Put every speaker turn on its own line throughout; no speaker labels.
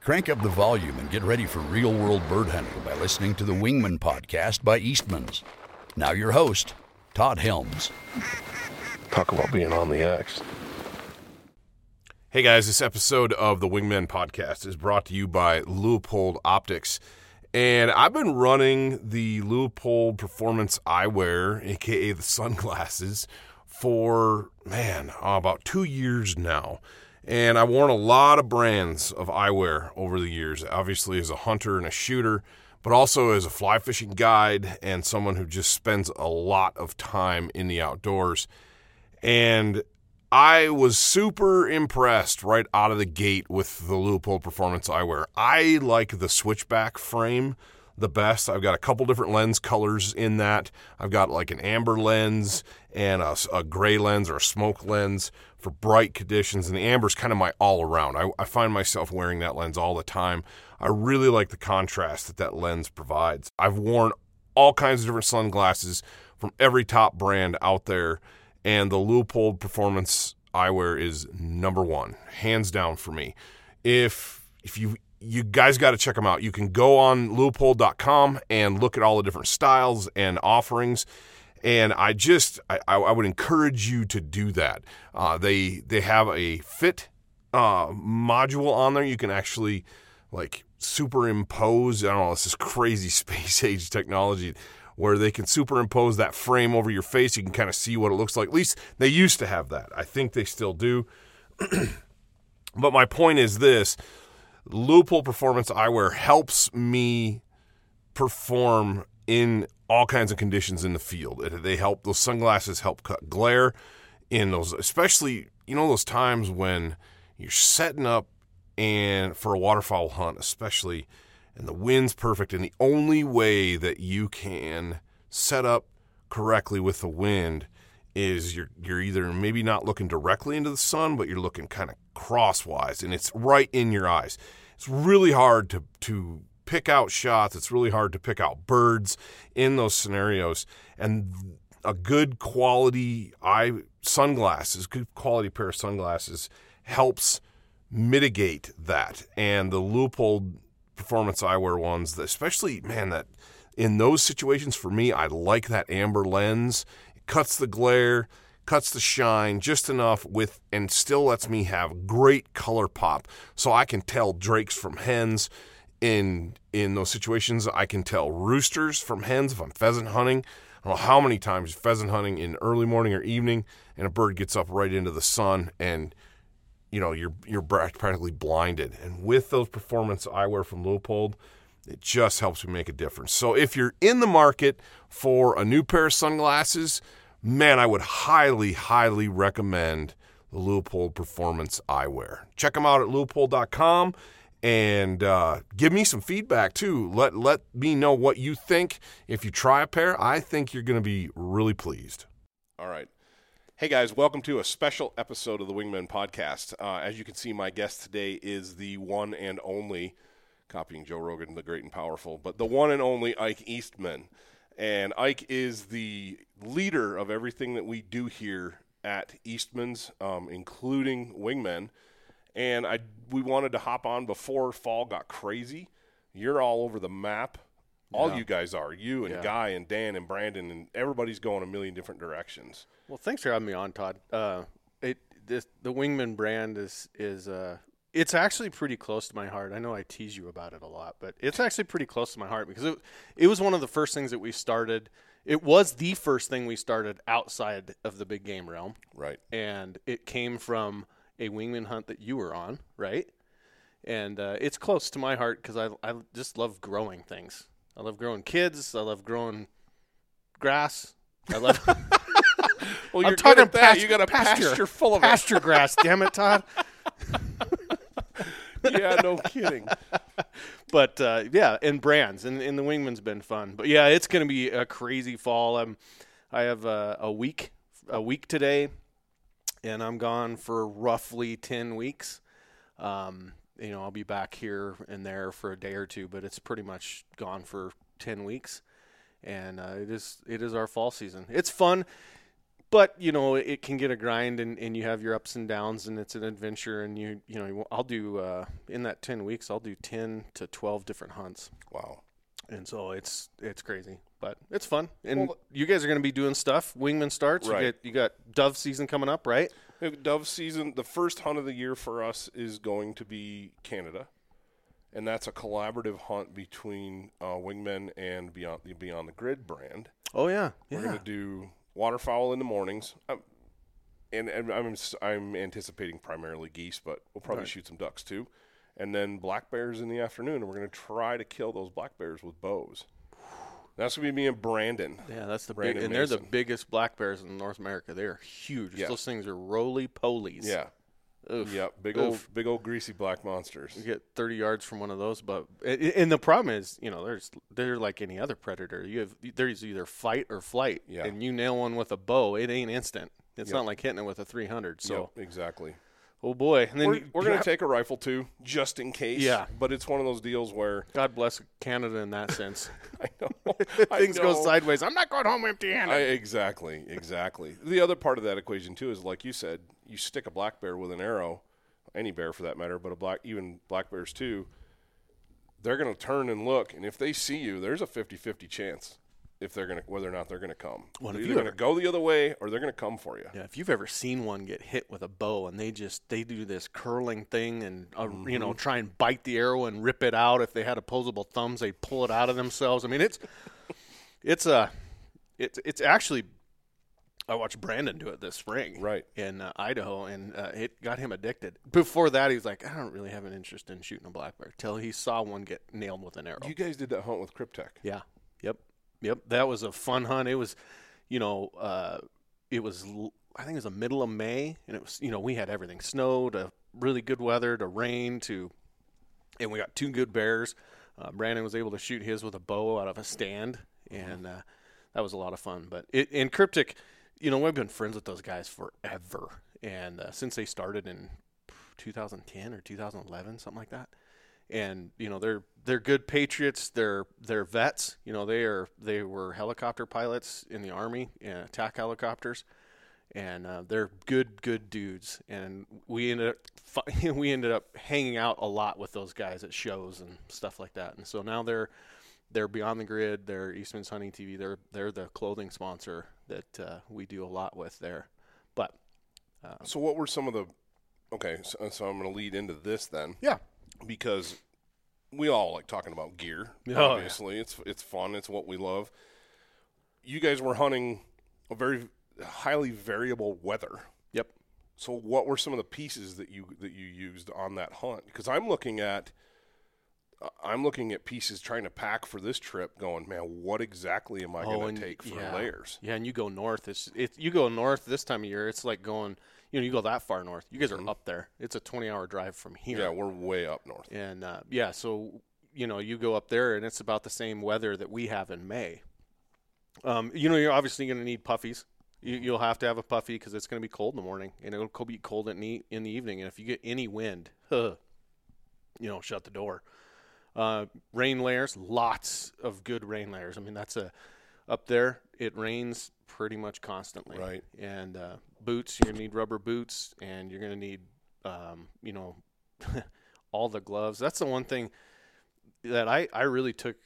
Crank up the volume and get ready for real world bird hunting by listening to the Wingman podcast by Eastman's. Now, your host, Todd Helms.
Talk about being on the X.
Hey guys, this episode of the Wingman Podcast is brought to you by Leupold Optics. And I've been running the Leupold Performance Eyewear, aka the sunglasses, for man, oh, about two years now. And I worn a lot of brands of eyewear over the years, obviously as a hunter and a shooter, but also as a fly fishing guide and someone who just spends a lot of time in the outdoors. And I was super impressed right out of the gate with the Leupold Performance eyewear. I like the switchback frame the best. I've got a couple different lens colors in that. I've got like an amber lens and a, a gray lens or a smoke lens for bright conditions, and the amber is kind of my all around. I, I find myself wearing that lens all the time. I really like the contrast that that lens provides. I've worn all kinds of different sunglasses from every top brand out there and the Leupold Performance eyewear is number one, hands down for me. If if you you guys got to check them out, you can go on leupold.com and look at all the different styles and offerings. And I just I, I I would encourage you to do that. Uh, they they have a fit uh, module on there. You can actually like superimpose. I don't know. This is crazy space age technology where they can superimpose that frame over your face. You can kind of see what it looks like. At least they used to have that. I think they still do. but my point is this loophole performance eyewear helps me perform in all kinds of conditions in the field. It- They help those sunglasses help cut glare in those especially you know those times when you're setting up and for a waterfowl hunt especially and the wind's perfect and the only way that you can set up correctly with the wind is you're you're either maybe not looking directly into the sun but you're looking kind of crosswise and it's right in your eyes. It's really hard to to pick out shots. It's really hard to pick out birds in those scenarios and a good quality eye sunglasses, good quality pair of sunglasses helps mitigate that. And the Leupold performance eyewear ones, especially man, that in those situations for me, I like that amber lens. It cuts the glare, cuts the shine just enough with, and still lets me have great color pop, so I can tell drakes from hens. In in those situations, I can tell roosters from hens if I'm pheasant hunting. I don't know how many times pheasant hunting in early morning or evening, and a bird gets up right into the sun and you know you're you're prac- practically blinded and with those performance eyewear from Leupold it just helps me make a difference so if you're in the market for a new pair of sunglasses man I would highly highly recommend the Leupold performance eyewear check them out at leupold.com and uh, give me some feedback too let let me know what you think if you try a pair I think you're going to be really pleased all right Hey guys, welcome to a special episode of the Wingman Podcast. Uh, as you can see, my guest today is the one and only, copying Joe Rogan, the great and powerful, but the one and only Ike Eastman. And Ike is the leader of everything that we do here at Eastman's, um, including Wingmen. And I we wanted to hop on before fall got crazy. You're all over the map. All you guys are. You and Guy and Dan and Brandon and everybody's going a million different directions.
Well, thanks for having me on, Todd. Uh, it this, the Wingman brand is is uh, it's actually pretty close to my heart. I know I tease you about it a lot, but it's actually pretty close to my heart because it it was one of the first things that we started. It was the first thing we started outside of the big game realm,
Right.
and it came from a Wingman hunt that you were on, right? and uh, it's close to my heart because I, I just love growing things. I love growing kids. I love growing grass. I love.
Well,
I'm talking past-
you got a pasture,
pasture.
full of
pasture grass. Damn it, Todd.
it. Yeah, no kidding.
But uh, yeah, and brands and, and the wingman's been fun. But yeah, it's gonna be a crazy fall. Um, I have a, a week a week today, and I'm gone for roughly ten weeks. Um, you know, I'll be back here and there for a day or two, but it's pretty much gone for ten weeks. And uh, it is it is our fall season. It's fun. but you know it can get a grind and, and you have your ups and downs and it's an adventure and you you know you- i'll do uh, in that 10 weeks i'll do 10 to 12 different hunts
Wow.
and so it's it's crazy but it's fun and you guys are going to be doing stuff wingman starts
Right.
you, get, you got dove season coming up right
We have Dove season, the first hunt of the year for us is going to be Canada, and that's a collaborative hunt between uh, Wingmen and Beyond the Beyond the Grid brand.
oh yeah
We're going
yeah
to do waterfowl in the mornings, um, and, and I'm s- I'm anticipating primarily geese, but we'll probably shoot some ducks too, and then black bears in the afternoon. And we're going to try to kill those black bears with bows. That's going to be me and Brandon.
yeah, that's the big,
Brandon
and they're the
Mason.
biggest black bears in North America. They are huge.
Yeah.
Those things are roly polies.
Yeah,
Oof.
yeah, big
Oof.
old big old greasy black monsters.
You get 30 yards from one of those, but and- and the problem is, you know, there's they're like any other predator. You have there's either fight or flight,
Yeah.
and you nail one with a bow, it ain't instant. It's not like hitting it with a 300. So,
Yep, exactly.
oh boy, and then
We're,
you-
we're going to take a rifle too, just in case.
Yeah.
But it's one of those deals where
God bless Canada in that sense.
I know I
Things
know.
go sideways. I'm not going home empty-handed.
I, exactly, exactly. the other part of that equation too is, like you said, you stick a black bear with an arrow, any bear for that matter, but a black, even black bears too. They're going to turn and look, and if they see you, there's a 50-50 chance if they're going to whether or not they're going to come.
Well,
they're
if
either
you
going to go the other way or they're going to come for you.
Yeah, if you've ever seen one get hit with a bow and they just they do this curling thing and uh, you know try and bite the arrow and rip it out. If they had opposable thumbs, they'd pull it out of themselves. I mean, it's it's a it's it's actually I watched Brandon do it this spring
Right.
in uh, Idaho and uh, it got him addicted. Before that, he was like, I don't really have an interest in shooting a black bear till he saw one get nailed with an arrow.
You guys did that hunt with Cryptek.
Yeah. Yep. Yep. That was a fun hunt. It was, you know, uh, it was, l- I think it was the middle of May, and it was, you know, we had everything snow to really good weather to rain to, and we got two good bears. Uh, Brandon was able to shoot his with a bow out of a stand, and uh, that was a lot of fun. But it, in Cryptic, you know, we've been friends with those guys forever. And uh, since they started in 2010 or 2011, something like that and you know they're they're good patriots. They're they're vets. You know they are they were helicopter pilots in the army, and attack helicopters, and uh, they're good good dudes. And we ended up fi- we ended up hanging out a lot with those guys at shows and stuff like that. And so now they're they're beyond the grid. They're Eastman's Hunting TV. They're they're the clothing sponsor that uh, we do a lot with there. But
So what were some of the? Okay, so, so I'm going to lead into this then.
yeah,
because we all like talking about gear.
yeah.
obviously, it's it's fun. It's what we love. You guys were hunting a very highly variable weather.
yep.
So, what were some of the pieces that you that you used on that hunt? Because I'm looking at I- I'm looking at pieces trying to pack for this trip. Going, man, what exactly am I going
Oh, and
to take for
yeah.
layers?
Yeah, and you go north. It's it, you go north this time of year. It's like going. You know, you go that far north. You guys
Mm-hmm.
are up there. It's a twenty-hour drive from here.
Yeah, we're way up north.
And uh, yeah, so you know, you go up there, and it's about the same weather that we have in May. Um, you know, you're obviously going to need puffies. You, you'll have to have a puffy because it's going to be cold in the morning, and it'll co- be cold in the, in the evening. And if you get any wind, huh, you know, shut the door. Uh, rain layers, lots of good rain layers. I mean, that's a up there. It rains pretty much constantly.
Right.
And uh, boots, you're gonna need rubber boots, and you're gonna need, um, you know, all the gloves. That's the one thing that I I really took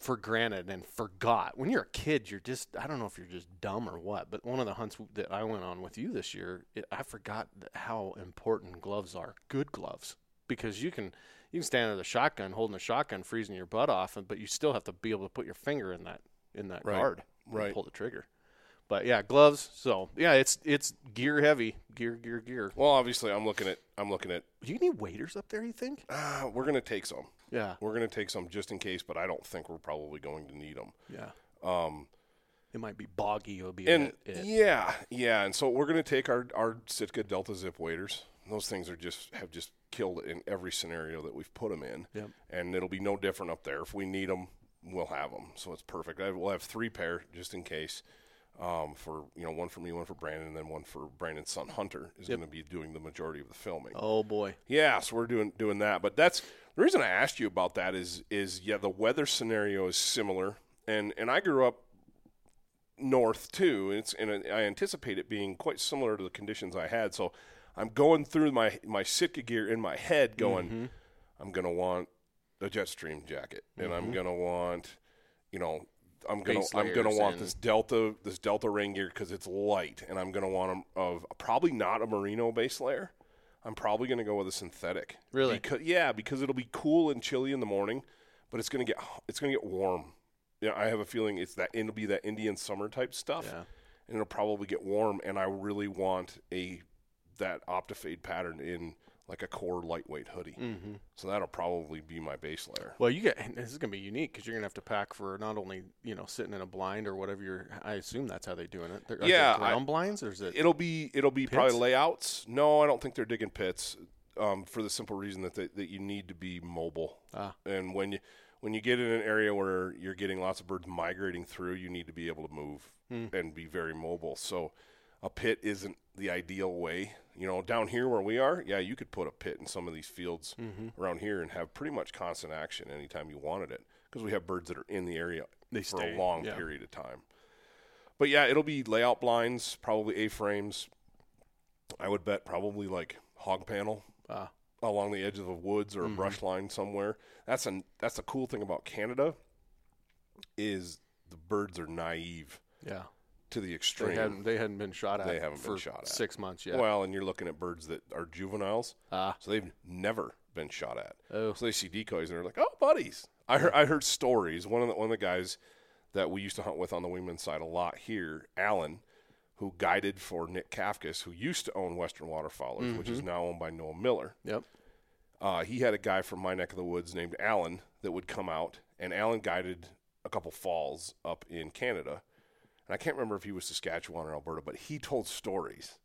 for granted and forgot. When you're a kid, you're just I don't know if you're just dumb or what, but one of the hunts that I went on with you this year, it, I forgot th- how important gloves are. Good gloves because you can you can stand with a shotgun holding a shotgun freezing your butt off and but you still have to be able to put your finger in that in that
Right.
guard and
Right.
pull the trigger. But yeah, gloves. So yeah, it's it's gear heavy, gear gear gear.
Well, obviously, I'm looking at I'm looking at.
Do you need waders up there? You think?
ah, we're gonna take some.
Yeah,
We're gonna take some just in case, but I don't think we're probably going to need them.
yeah.
Um,
It might be boggy. It'll be
And
it, it.
yeah, yeah. And so we're gonna take our our Sitka Delta Zip waders. Those things are just have just killed it in every scenario that we've put them in.
Yep.
And it'll be no different up there. If we need them, we'll have them. So it's perfect. I, we'll have three pair just in case. Um, for you know, one for me, one for Brandon, and then one for Brandon's son Hunter is going to be doing the majority of the filming.
Oh boy.
Yeah, so we're doing doing that. But that's the reason I asked you about that is is yeah, the weather scenario is similar. And and I grew up north too. And it's and I anticipate it being quite similar to the conditions I had. So I'm going through my my Sitka gear in my head, going,
Mm-hmm.
I'm gonna want a Jetstream jacket, and I'm gonna want, you know. I'm gonna
Mm-hmm. Base
I'm gonna
layers
want
and-
this Delta this Delta rain gear because it's light, and I'm gonna want a, of probably not a merino base layer. I'm probably gonna go with a synthetic.
Really?
Because, yeah, because it'll be cool and chilly in the morning, but it's gonna get it's gonna get warm. Yeah, I have a feeling it's that it'll be that Indian summer type stuff,
Yeah.
and it'll probably get warm. And I really want a that Optifade pattern in like a core lightweight
Mm.
hoodie. Mm-hmm. So that'll probably be my base layer.
Well, you get this is gonna be unique because you're gonna have to pack for not only you know sitting in a blind or whatever. You're I assume that's how they're doing it. They're, are
Yeah,
they
I-
ground blinds or is it?
It'll be it'll be probably layouts. No, I don't think they're digging pits, um, for the simple reason that they, that you need to be mobile.
Ah.
And when you when you get in an area where you're getting lots of birds migrating through, you need to be able to move
Hmm.
and be very mobile. So a pit isn't the ideal way. You know, down here where we are, yeah, you could put a pit in some of these fields
Mm-hmm.
around here and have pretty much constant action anytime you wanted it because we have birds that are in the area
They
for
stay,
a long
yeah.
period of time. But yeah, it'll be layout blinds, probably A frames. I would bet probably like hog panel
Ah.
along the edge of the woods or
Mm-hmm.
a brush line somewhere. That's an that's the cool thing about Canada is the birds are naive
yeah,
to the
they
extreme.
hadn't they hadn't been shot at.
They haven't been
for
shot at.
six months yet.
Well, and you're looking at birds that are juveniles,
Ah.
so they've never been shot at.
Oh.
So they see decoys and they're like, "Oh, buddies!" I heard, I heard stories. One of the one of the guys that we used to hunt with on the wingman side a lot here, Alan, who guided for Nick Kafkas, who used to own Western Waterfowlers, which
Mm-hmm.
is now owned by Noah Miller.
yep.
Uh, he had a guy from my neck of the woods named Alan that would come out, and Alan guided a couple falls up in Canada. And I can't remember if he was Saskatchewan or Alberta, but he told stories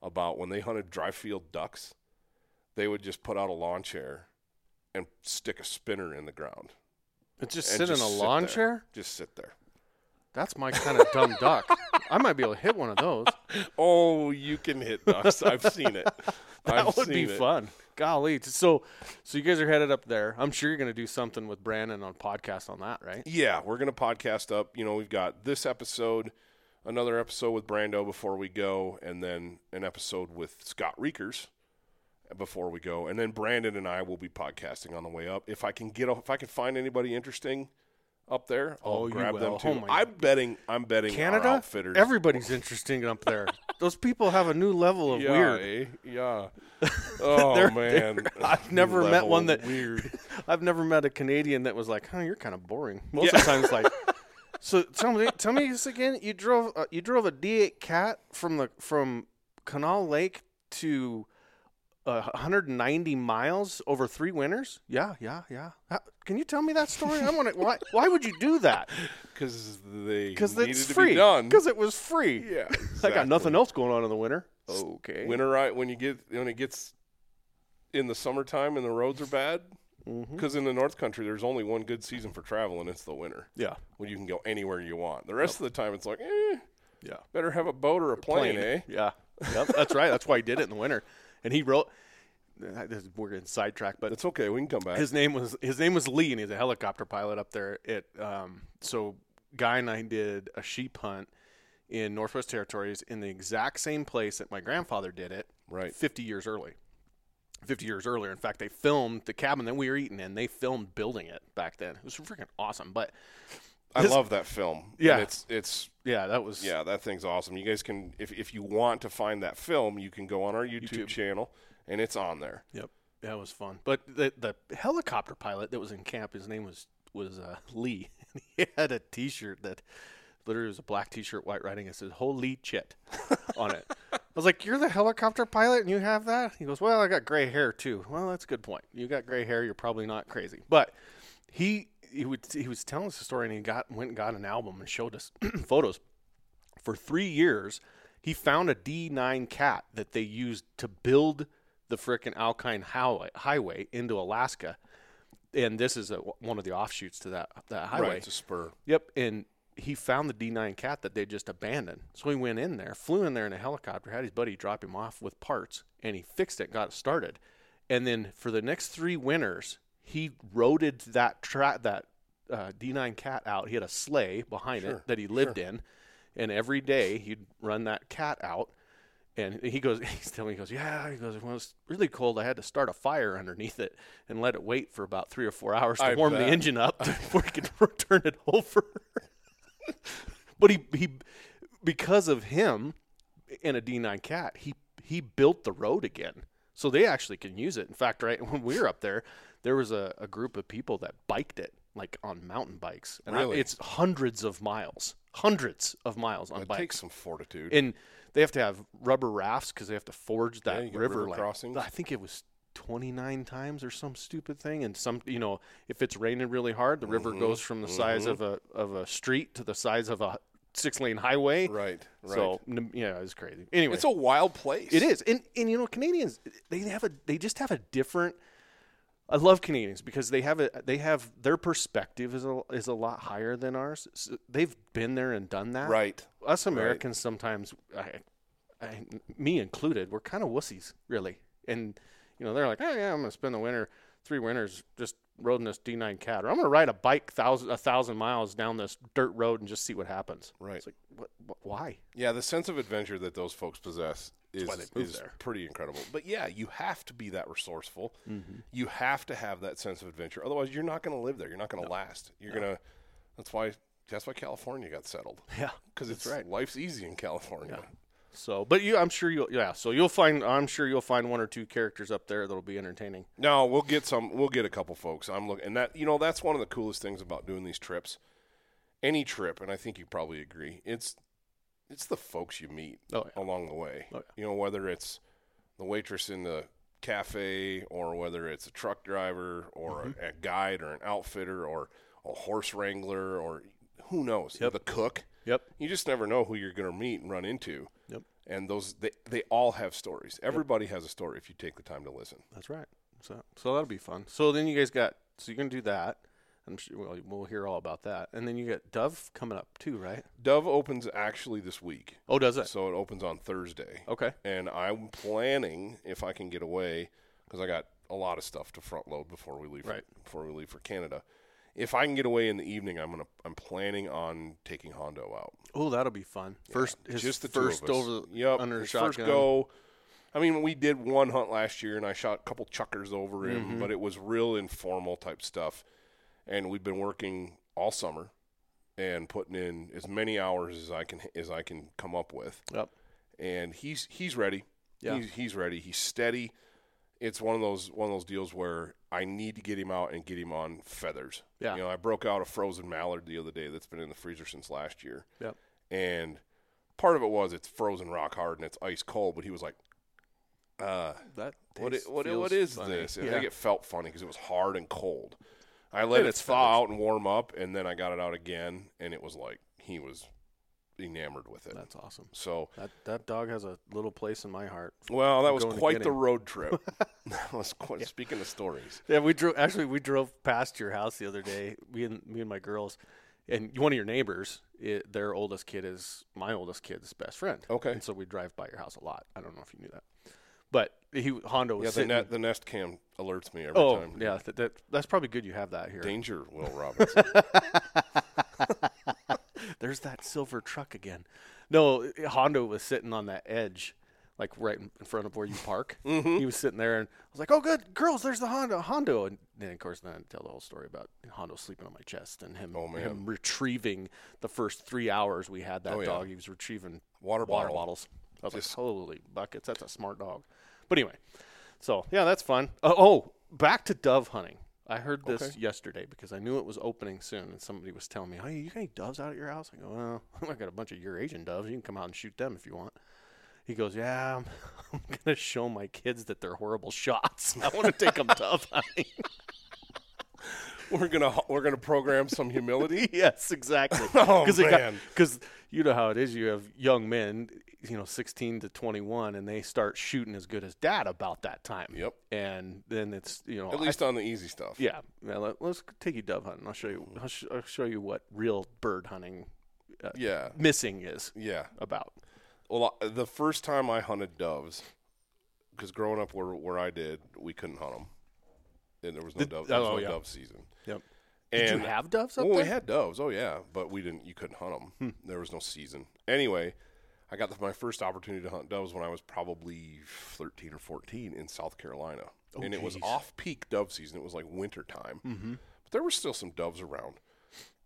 about when they hunted dry field ducks, they would just put out a lawn chair and stick a spinner in the ground.
It's just
and
sit in
just
a lawn
there.
chair.
Just sit there.
That's my kind of dumb duck. I might be able to hit one of those.
Oh, you can hit ducks. I've seen it.
That would be fun. Golly. So, so you guys are headed up there. I'm sure you're going to do something with Brandon on podcast on that, right?
Yeah, we're gonna podcast up. You know, we've got this episode, another episode with Brando before we go, and then an episode with Scott Reekers before we go, and then Brandon and I will be podcasting on the way up. If I can get, a, if I can find anybody interesting up there, I'll
Oh, you
grab them
will.
too.
Oh my-
I'm betting. I'm betting our
Canada.
outfitters.
Everybody's interesting up there. Those people have a new level of
yeah,
weird.
eh? yeah. Oh
They're-
man,
I've never met
Level
one that-
weird.
I've never met a Canadian that was like, "Huh, you're kind of boring." Most of the time, it's like, "So tell me, tell me this again. You drove, uh, you drove a D8 Cat from the from Canal Lake to uh, 190 miles over three winters. Yeah, yeah, yeah. How- can you tell me that story? I want to. Why? Why would you do that?
Because they
Because
needed
it's
to
free.
be done.
Because it was free.
yeah,
I got nothing else going on in the winter. Okay.
winter right when you get when it gets in the summertime and the roads are bad because in the north country there's only one good season for travel and it's the winter
Yeah.
when you can go anywhere you want the rest of the time it's like eh,
Yeah.
better have a boat or a plane, eh
Yeah, Yep, that's right. That's why he did it in the winter, and he wrote. this- We're getting sidetracked, but
it's okay we can come back
his name was his name was Lee, and he's a helicopter pilot up there. At um, so guy and I did a sheep hunt in Northwest Territories in the exact same place that my grandfather did it,
Right.
Fifty years early, fifty years earlier. In fact, they filmed the cabin that we were eating in. They filmed building it back then. It was freaking awesome. But
i
his-
love that film
Yeah.
And it's it's
yeah, that was
yeah that thing's awesome you guys can if, if you want to find that film you can go on our youtube,
YouTube.
channel and it's on there
Yep, that was fun. But the the helicopter pilot that was in camp, his name was was uh, Lee. And he had a T-shirt that literally was a black T-shirt, white writing. It says "Holy shit" on it. I was like, "You're the helicopter pilot, and you have that?" He goes, "Well, I got gray hair too." Well, that's a good point. You got gray hair, you're probably not crazy. But he he would he was telling us the story, and he got went and got an album and showed us photos for three years, he found a D9 cat that they used to build the frickin' Alkine highway, highway into Alaska. And this is a, one of the offshoots to that, that highway.
right it's a spur
Yep, and he found the D9 cat that they just abandoned. So he went in there, flew in there in a helicopter, had his buddy drop him off with parts, and he fixed it, got it started. And then for the next three winters, he roaded that tra- that uh, D9 cat out. He had a sleigh behind it that he lived in, and every day he'd run that cat out. And he goes, he's telling me, he goes, yeah. He goes, when it was really cold, I had to start a fire underneath it and let it wait for about three or four hours to
I
warm the
bet.
engine up before he could turn it over. but he, he, because of him and a D9 cat, he he built the road again, so they actually can use it. In fact, right when we were up there, there was a, a group of people that biked it like on mountain bikes. And I-
Really?
it's hundreds of miles, hundreds of miles on
It
bikes
takes some fortitude.
and they have to have rubber rafts because they have to forge that
you get
river,
river
like,
crossings.
I think it was 29 times or some stupid thing. And some, you know, if it's raining really hard, the
Mm-hmm,
river goes from the size of a of a street to the size of a six lane highway.
right, right.
So n- yeah, it's crazy. Anyway,
it's a wild place.
it is, and and you know, Canadians they have a they just have a different. I love Canadians because they have a they have their perspective is a is a lot higher than ours. S they've been there and done that.
Right.
Us Americans sometimes, I, I, me included, we're kind of wussies really, and you know they're like, oh yeah, I'm gonna spend the winter, three winters just roading this D9 cat, or I'm gonna ride a bike thousand a thousand miles down this dirt road and just see what happens.
Right.
It's like what, what why?
Yeah, the sense of adventure that those folks possess is,
why they moved
is
there.
pretty incredible. But yeah, you have to be that resourceful.
Mm-hmm.
You have to have that sense of adventure. Otherwise, you're not going to live there. You're not going to last. You're going to. That's why. That's why California got settled.
Yeah,
because it's right. life's easy in California.
So, but you, I'm sure you'll, yeah. So you'll find, I'm sure you'll find one or two characters up there that'll be entertaining.
No, we'll get some. We'll get a couple folks. I'm looking, and that you know that's one of the coolest things about doing these trips. Any trip, and I think you probably agree, it's it's the folks you meet
Oh, yeah.
along the way.
Oh, yeah.
You know whether it's the waitress in the cafe, or whether it's a truck driver, or
Mm-hmm.
a, a guide, or an outfitter, or a horse wrangler, or who knows, the cook.
Yep.
You just never know who you're going to meet and run into.
Yep.
And those they they all have stories. Everybody has a story if you take the time to listen.
That's right. So, so that'll be fun. So then you guys got, so you're going to do that. I'm sure we'll, we'll hear all about that. And then you got Dove coming up too, right?
Dove opens actually this week.
Oh, does it?
So it opens on Thursday.
Okay.
And I'm planning if I can get away because I got a lot of stuff to front load before we leave.
Right.
before we leave for Canada, if I can get away in the evening, I'm gonna. I'm planning on taking Hondo out.
Oh, that'll be fun. First, his
Just the
first
two of us.
over the,
yep.
under
his
shotgun.
First go. I mean, we did one hunt last year, and I shot a couple chuckers over him,
Mm-hmm.
but it was real informal type stuff. And we've been working all summer and putting in as many hours as I can as I can come up with
Yep.
and he's he's ready.
Yeah.
He's, he's ready. He's steady. It's one of those one of those deals where I need to get him out and get him on feathers.
Yeah.
You know, I broke out a frozen mallard the other day that's been in the freezer since last year.
Yep.
And part of it was it's frozen rock hard and it's ice cold, but he was like, uh,
That
what
taste
it, what, it,
feels
what is
funny.
this? And I
Yeah.
think it felt funny because it was hard and cold. I let
And
it
it's
thaw out and warm up, and then I got it out again, and it was like he was enamored with it.
That's awesome.
so
That, that dog has a little place in my heart.
well, that was
going to
quite
get
the
him.
road trip. that was quite, speaking of stories.
Yeah, we drove. Actually, we drove past your house the other day. Me and me and my girls, and one of your neighbors, it, their oldest kid is my oldest kid's best friend.
Okay.
and so we drive by your house a lot. I don't know if you knew that, but he Hondo was
Yeah, the,
sitting.
net, the Nest cam alerts me every
oh,
time.
yeah, that, that that's probably good. You have that here.
Danger, Will Robinson.
There's that silver truck again. No, Hondo was sitting on that edge, like right in in front of where you park.
Mm-hmm.
He was sitting there, and I was like, "Oh, good, girls, there's the Hondo, Hondo." And then, of course, then I tell the whole story about Hondo sleeping on my chest and him,
Oh, man.
him retrieving the first three hours we had that
Oh, yeah.
dog. He was retrieving
Water
water
bottle.
bottles. I was
Just-
like, "Holy buckets, that's a smart dog." But anyway, so yeah, that's fun. Uh, oh, back to dove hunting. I heard this yesterday because I knew it was opening soon, and somebody was telling me, "Hey, you got any doves out at your house?" I go, "Well, I got a bunch of Eurasian doves. You can come out and shoot them if you want." He goes, "Yeah, I'm, I'm gonna show my kids that they're horrible shots. I want to take them dove hunting."
we're gonna we're gonna program some humility.
yes, exactly.
Oh, man.
Because you know how it is. You have young men, you know, 16 to 21, and they start shooting as good as dad about that time.
Yep.
And then it's you know
At least on the easy stuff.
Yeah, yeah let, us take you dove hunting. I'll show you. I'll, sh- I'll show you what real bird hunting
yeah,
missing is
yeah.
about.
Well, I- the first time I hunted doves, because growing up where where I did, we couldn't hunt them, and there was no dove. There was
oh,
no
yeah.
dove season.
Yep. Did
And
you have doves up
well,
there?
we had doves. Oh yeah, but we didn't. You couldn't hunt them.
Hmm.
There was no season. Anyway, I got the, my first opportunity to hunt doves when I was probably thirteen or fourteen in South Carolina,
Oh,
and it was off peak dove season. It was like winter time, mm-hmm. but there were still some doves around,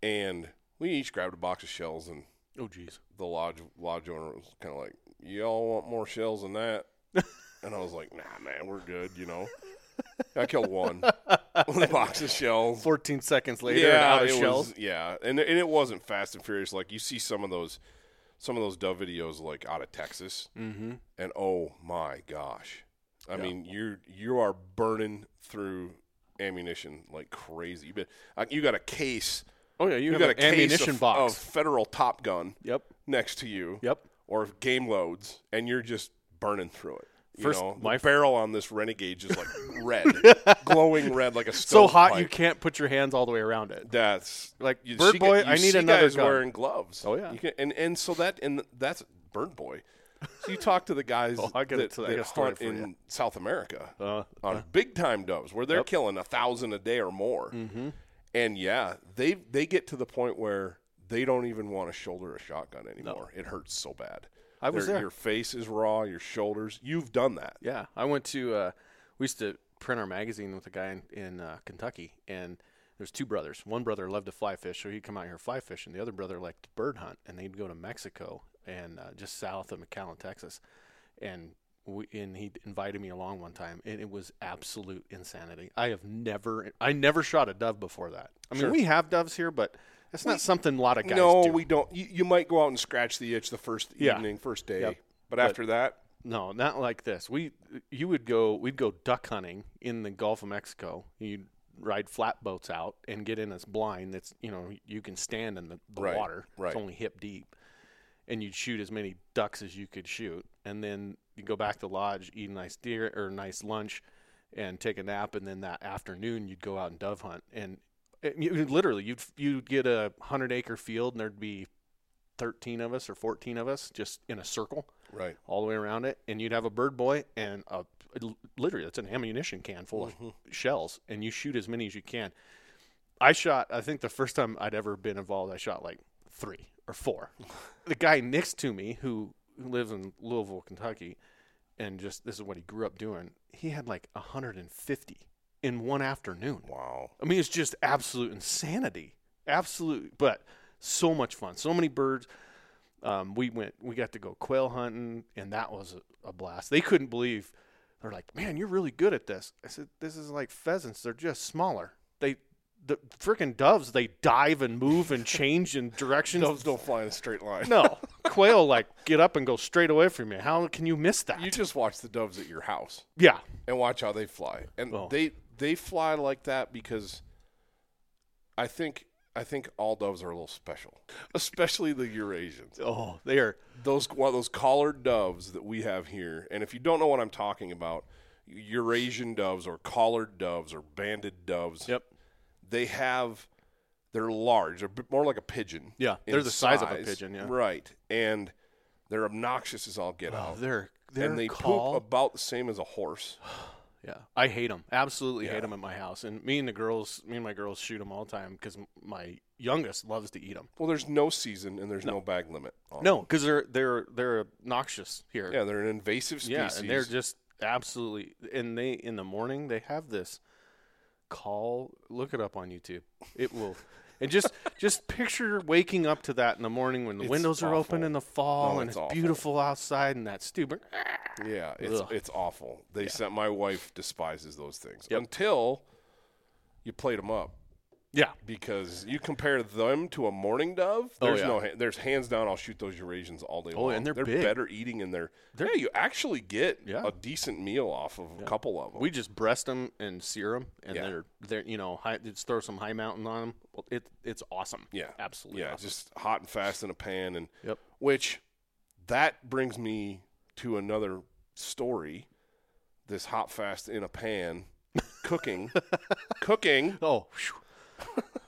and we each grabbed a box of shells and
oh, jeez.
the lodge lodge owner was kind of like, "Y'all want more shells than that?" and I was like, "Nah, man, we're good," you know. I killed one with a box of shells.
14 seconds later, and out of
it
shells.
was. Yeah, and and it wasn't Fast and Furious. Like you see some of those, some of those dove videos like out of Texas, mm-hmm. and oh my gosh, I mean you you are burning through ammunition like crazy. But uh, you got a case,
oh, yeah. You,
you
have
got
an
a case
ammunition
of,
box.
of Federal Top Gun
Yep.
next to you
Yep.
or if game loads and you're just burning through it. You
First-
know,
my-
my barrel on this Renegade is like red, glowing red, like a
So
stove
hot
pipe.
you can't put your hands all the way around it.
That's
Like,
you
Bird
see gu-
Boy,
you
I need
see
another
guys
gun.
wearing gloves.
Oh, yeah.
you can, and and so that and that's Bird Boy. So you talk to the guys
Oh, I
that,
got a- I got a
that
story
hunt
for ya.
in South America
Uh,
on big time doves where they're killing a thousand a day or more,
Mm-hmm.
and yeah, they they get to the point where they don't even want to shoulder a shotgun anymore. It hurts so bad.
I was
Their-
there.
Your face is raw. Your shoulders. You've done that.
Yeah, I went to. Uh, we used to print our magazine with a guy in, in uh, Kentucky, and there's two brothers. One brother loved to fly fish, so he'd come out here fly fish, and the other brother liked to bird hunt, and they'd go to Mexico and uh, just south of McAllen, Texas, and we, and he invited me along one time, and it was absolute insanity. I have never, I never shot a dove before that. I mean, we have doves here, but it's not something a lot of guys
no,
do.
we don't. You, you might go out and scratch the itch the first
Yeah.
evening, first day,
Yep.
but after that,
No, not like this. We you would go we'd go duck hunting in the Gulf of Mexico. You'd ride flatboats out and get in this blind that's you know you can stand in the, the
Right,
water.
right.
It's only hip deep, and you'd shoot as many ducks as you could shoot, and then you go back to lodge, eat a nice deer or a nice lunch, and take a nap, and then that afternoon you'd go out and dove hunt, and it, you, literally you'd you'd get a hundred acre field, and there'd be thirteen of us or fourteen of us just in a circle
right.
all the way around it, and you'd have a bird boy and a literally it's an ammunition can full of shells, and you shoot as many as you can. I shot. I think the first time I'd ever been involved, I shot like three or four. the guy next to me who lives in Louisville, Kentucky, and just this is what he grew up doing. He had like 150 in one afternoon.
Wow.
I mean, it's just absolute insanity. Absolute, but so much fun. So many birds. Um, we went, we got to go quail hunting, and that was a, a blast. They couldn't believe. They're like, "Man, you're really good at this." I said, "This is like pheasants. They're just smaller. They, the freaking doves, they dive and move and change in directions.
Doves don't fly in a straight line.
No, quail like get up and go straight away from you. How can you miss that?
You just watch the doves at your house
yeah,
and watch how they fly, and
Oh.
they they fly like that because I think I think all doves are a little special, especially the Eurasians.
oh, they are.
those one of those collared doves that we have here, and if you don't know what I'm talking about, Eurasian doves or collared doves or banded doves.
Yep.
They have they're large. They're b- more like a pigeon.
Yeah,
in
they're the size of a pigeon, yeah.
Right, and they're obnoxious as all get
Oh,
out.
they're they're
And they
call.
poop about the same as a horse.
Yeah, I hate them. Absolutely hate 'em hate
Yeah.
them at my house. And me and the girls, me and my girls shoot them all the time because my youngest loves to eat them.
Well, there's no season and there's no, bag limit. on
No, because they're they're they're noxious here.
them. Oh. Yeah, they're an invasive species.
yeah, and they're just absolutely. And they in the morning they have this call. Look it up on YouTube. It will. And just just picture waking up to that in the morning when the
It's
windows are open
awful.
in the fall
No,
and
it's
it's,
awful.
beautiful outside and that stupid.
Yeah, it's
Ugh.
it's awful. They sent my wife despises those things
Yep.
until you played them up
Yeah,
because you compare them to a mourning dove.
Oh,
There's
yeah.
no ha- there's hands down. I'll shoot those Eurasians all day
Oh,
long.
and they're
they're
big.
better eating and they're, yeah. You actually get
Yeah.
a decent meal off of a couple of them.
We just breast them and sear them, and
Yeah.
they're they're you know high, just throw some high mountain on them. It it's awesome.
yeah,
absolutely.
Yeah,
awesome.
just hot and fast in a pan and
Yep.
which that brings me to another story. This hot fast in a pan, cooking, cooking.
Oh, phew.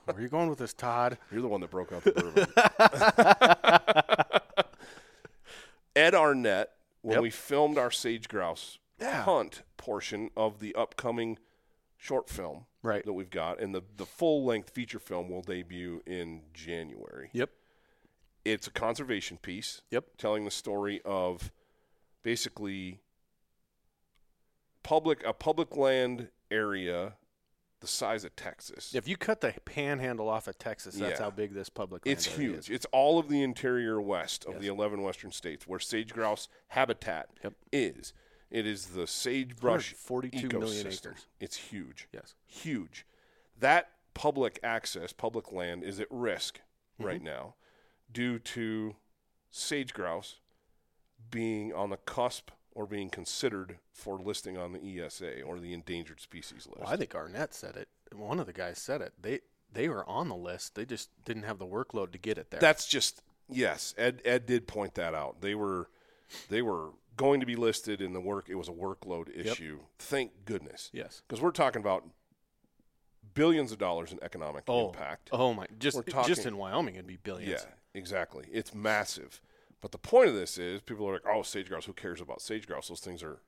where are you going with this, Todd?
You're the one that broke out the bourbon. Ed Arnett, when
Yep.
we filmed our sage grouse hunt portion of the upcoming short film
Right.
that we've got, and the the full length feature film will debut in January.
Yep.
It's a conservation piece.
Yep.
telling the story of basically public a public land area the size of Texas.
If you cut the panhandle off of Texas, that's
Yeah.
how big this public.
It's
land area
huge.
is.
It's all of the interior west of
Yes.
the 11 western states where sage grouse habitat
Yep.
is. It is the sagebrush
142 million
ecosystem.
acres.
It's huge.
Yes.
Huge. That public access, public land is at risk right now due to sage grouse being on the cusp or being considered for listing on the ESA or the endangered species list.
Well, I think Arnett said it. One of the guys said it. They they were on the list. They just didn't have the workload to get it there.
That's just yes. Ed Ed did point that out. They were they were going to be listed in the work. It was a workload issue. Thank goodness.
yes.
because we're talking about billions of dollars in economic
Oh.
impact.
Oh my! Just
We're talking-
just in Wyoming, it'd be
yeah,
billions.
exactly. It's massive. But the point of this is, people are like, "Oh, sage grouse. Who cares about sage grouse? Those things are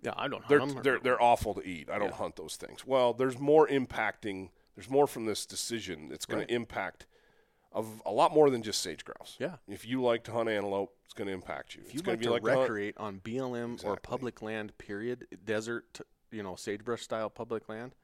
Yeah, I don't.
they're
hunt 'em or-
they're, they're awful to eat. I don't hunt those things. Well, there's more impacting. There's more from this decision. It's going
Right.
to impact of a lot more than just sage grouse.
Yeah.
If you like to hunt antelope, it's going to impact you.
if
it's
you'd
going
like
to be
to
like to hunt-
recreate on BLM or
Exactly.
public land, period, desert, you know, sagebrush style public land,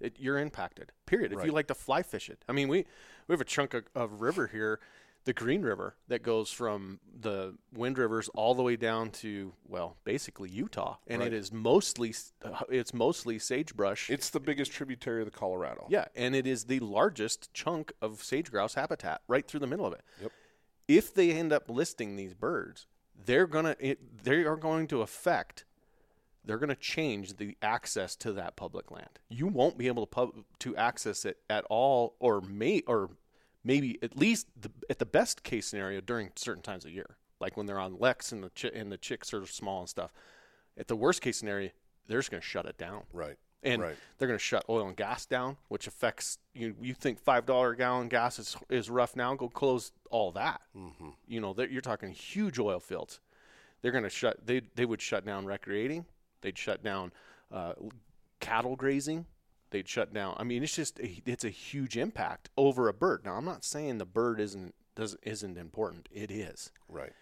it, you're impacted. Period. If you
Right.
like to fly fish it, I mean, we we have a chunk of, of river here, the Green River, that goes from the Wind Rivers all the way down to well, basically Utah, and it is mostly s- uh, it's mostly sagebrush.
it's the biggest tributary of the Colorado.
Yeah, and it is the largest chunk of sage grouse habitat right through the middle of it.
Yep.
If they end up listing these birds, they're gonna it, they are going to affect. They're going to change the access to that public land. You won't be able to pub, to access it at all, or may or maybe at least the, at the best case scenario during certain times of year, like when they're on Lex and the chi- and the chicks are small and stuff. At the worst case scenario, they're just going to shut it down
Right.
and
Right.
they're going to shut oil and gas down, which affects you. You think five dollar a gallon gas is is rough now? Go close all that. Mm-hmm. You know, that- you're talking huge oil fields. They're going to shut. They they would shut down recreating. They'd shut down uh, cattle grazing. They'd shut down. I mean, it's just a, it's a huge impact over a bird. Now, I'm not saying the bird isn't doesn't isn't important. It is
Right.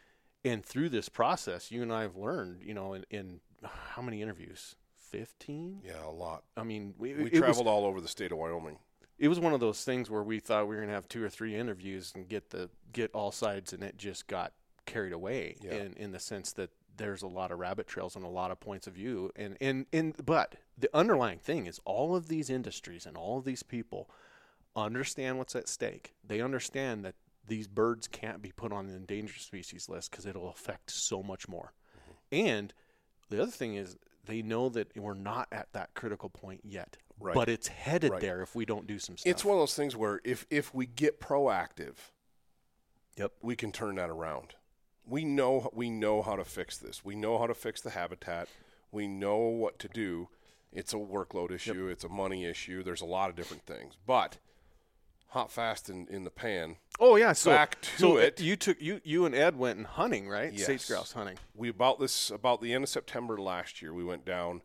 and through this process you and i have learned you know in, in how many interviews 15
Yeah, a lot.
i mean we,
We
it,
traveled
was,
all over the state of Wyoming.
it was one of those things where we thought we were going to have two or three interviews and get the get all sides and it just got carried away
Yeah.
in, in the sense that there's a lot of rabbit trails and a lot of points of view and, and and but the underlying thing is all of these industries and all of these people understand what's at stake they understand that these birds can't be put on the endangered species list because it'll affect so much more and the other thing is they know that we're not at that critical point yet,
Right.
but it's headed
Right.
there if we don't do some stuff.
It's one of those things where if if we get proactive,
Yep.
we can turn that around. We know we know how to fix this. We know how to fix the habitat. We know what to do. It's a workload issue. It's a money issue. There's a lot of different things, but hot fast in, in the pan.
oh yeah, so
Back to
so
it.
You took you you and Ed went and hunting, right? Sage
Yes.
grouse hunting.
We about this about the end of September last year. We went down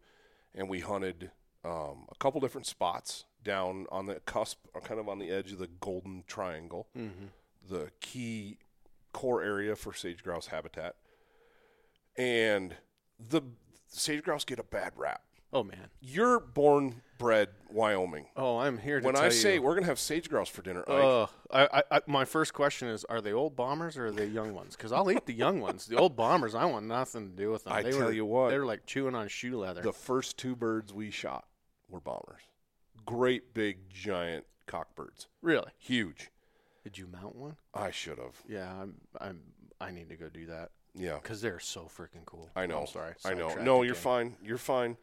and we hunted um, a couple different spots down on the cusp, or kind of on the edge of the Golden Triangle,
Mm-hmm.
the key core area for sage grouse habitat. And the sage grouse get a bad rap.
Oh man.
You're born bred Wyoming.
Oh, I'm here to
When
tell
I say
you.
we're gonna have sage grouse for dinner, Ike,
Uh, I, I, I, my first question is: Are they old bombers or are they young ones? Because I'll eat the young ones. The old bombers, I want nothing to do with them.
I
they
tell
were,
you what.
they were like chewing on shoe leather.
the first two birds we shot were bombers. Great big giant cockbirds.
really?
Huge.
Did you mount one?
I should have.
Yeah, I'm. I'm. I need to go do that
Yeah,
because they're so freaking cool.
I know.
I'm sorry.
I know.
Sidetracked
No, you're
again.
fine. You're fine.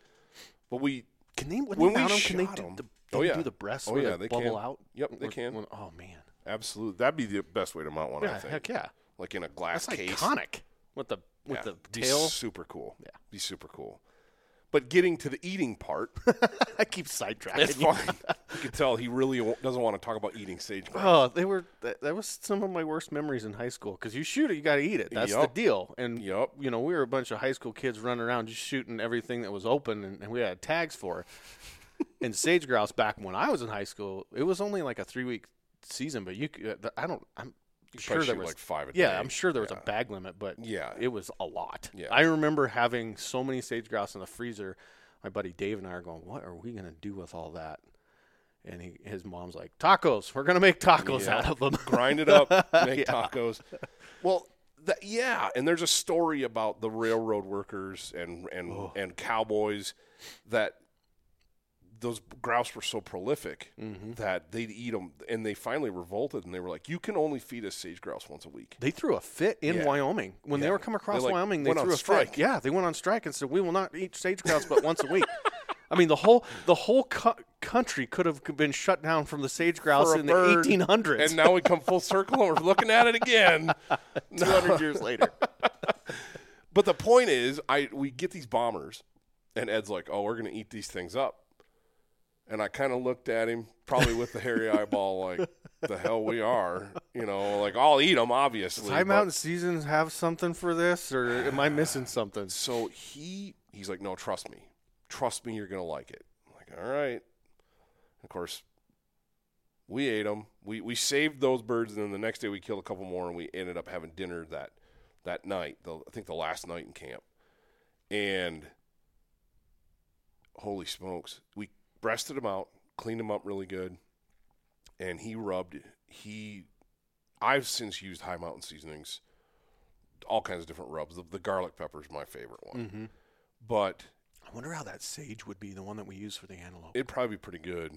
But we,
Can they when,
When
they
we
mount 'em, can they
shot
do
'em-
the,
Oh,
they
yeah.
do the breasts?
Oh,
where
yeah,
they,
they
bubble
can.
out.
Yep, they
When-
can.
when- oh man,
absolutely. That'd be the best way to mount one. I
yeah,
think.
heck yeah,
Like in a glass
that's
case.
iconic with the with
Yeah,
the
be
tail.
Super cool.
Yeah.
Be super cool. But getting to the eating part,
I keep sidetracking.
it's
you.
fine. you can tell he really wa- doesn't want to talk about eating sage grouse.
Oh, they were that, that was some of my worst memories in high school because you shoot it, you got to eat it. That's
Yup.
the deal. And
Yup.
you know, we were a bunch of high school kids running around just shooting everything that was open, and, and we had tags for. it. and sage grouse back when I was in high school, it was only like a three week season, but you, c- uh, I don't, I'm
You could
sure
probably
there
shoot
was
like five a day.
yeah, I'm sure there was
Yeah.
a bag limit, but
Yeah.
it was a lot.
Yeah.
I remember having so many sage grouse in the freezer. My buddy Dave and I are going, what are we going to do with all that? And he, his mom's like, tacos. We're going to make tacos
Yeah.
out of them.
grind it up, make tacos. Well, that, yeah, and there's a story about the railroad workers and and and cowboys that those grouse were so prolific that they'd eat them, and they finally revolted, and they were like, "You can only feed us sage grouse once a week."
They threw a fit in
Yeah.
Wyoming when
Yeah.
they were come across
They, like,
Wyoming. They
went on
threw a
strike.
fit. Yeah, they went on strike and said we will not eat sage grouse but once a week. I mean, the whole the whole co- country could have been shut down from the sage grouse
For a
in
bird.
the 1800s.
And now we come full circle, and we're looking at it again.
200 years later,
But the point is, I we get these bombers, and Ed's like, "Oh, we're gonna eat these things up," and I kind of looked at him, probably with the hairy eyeball, like, "The hell we are," you know, like I'll eat them, obviously.
time
but-
out and seasons have something for this, or am I missing something?
So he he's like, "No, trust me, trust me, you're gonna like it." I'm like, all right. Of course, we ate them. We we saved those birds, and then the next day we killed a couple more, and we ended up having dinner that that night. The, I think the last night in camp, and holy smokes, we breasted him out, cleaned him up really good, and he rubbed he. I've since used high mountain seasonings, all kinds of different rubs. The, the garlic pepper is my favorite one, but
I wonder how that sage would be the one that we use for the antelope.
It'd probably be pretty good.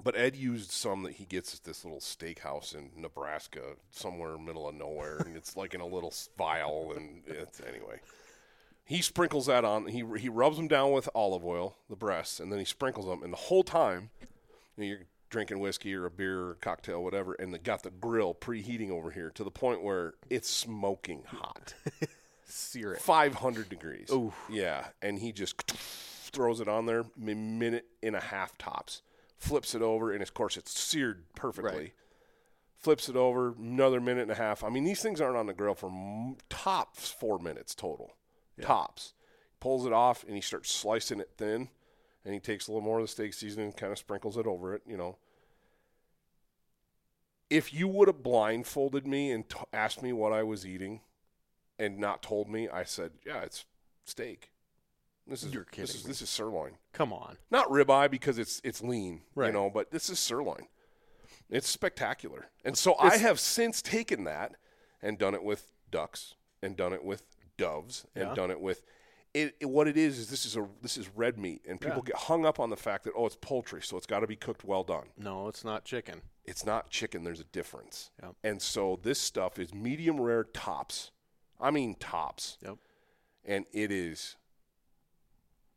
But Ed used some that he gets at this little steakhouse in Nebraska, somewhere in the middle of nowhere, and it's like in a little s- vial. And it's, anyway, he sprinkles that on. He he rubs them down with olive oil, the breasts, and then he sprinkles them. And the whole time, you know, you're drinking whiskey or a beer or a cocktail, whatever, and they got the grill preheating over here to the point where it's smoking hot.
Sear it.
500 degrees. Oh, Yeah. And he just throws it on there, a minute and a half tops, flips it over, and of course it's seared perfectly.
Right.
Flips it over, another minute and a half. I mean, these things aren't on the grill for m- tops four minutes total. Tops. Pulls it off, and he starts slicing it thin, and he takes a little more of the steak seasoning and kind of sprinkles it over it, you know if you would have blindfolded me and t- asked me what I was eating and not told me, I said, "Yeah, it's steak. This is
You're
this
kidding
is,
me.
this is sirloin,
Come on.
not ribeye because it's it's lean, you
Right.
know, but this is sirloin. It's spectacular." And so I
It's-
have since taken that and done it with ducks and done it with doves and
Yeah.
done it with it, it- what it is is this is a this is red meat and people get hung up on the fact that oh it's poultry so it's got to be cooked well done
No, it's not chicken.
it's not chicken. There's a difference.
Yep.
And so this stuff is medium rare tops. I mean tops.
Yep.
And it is.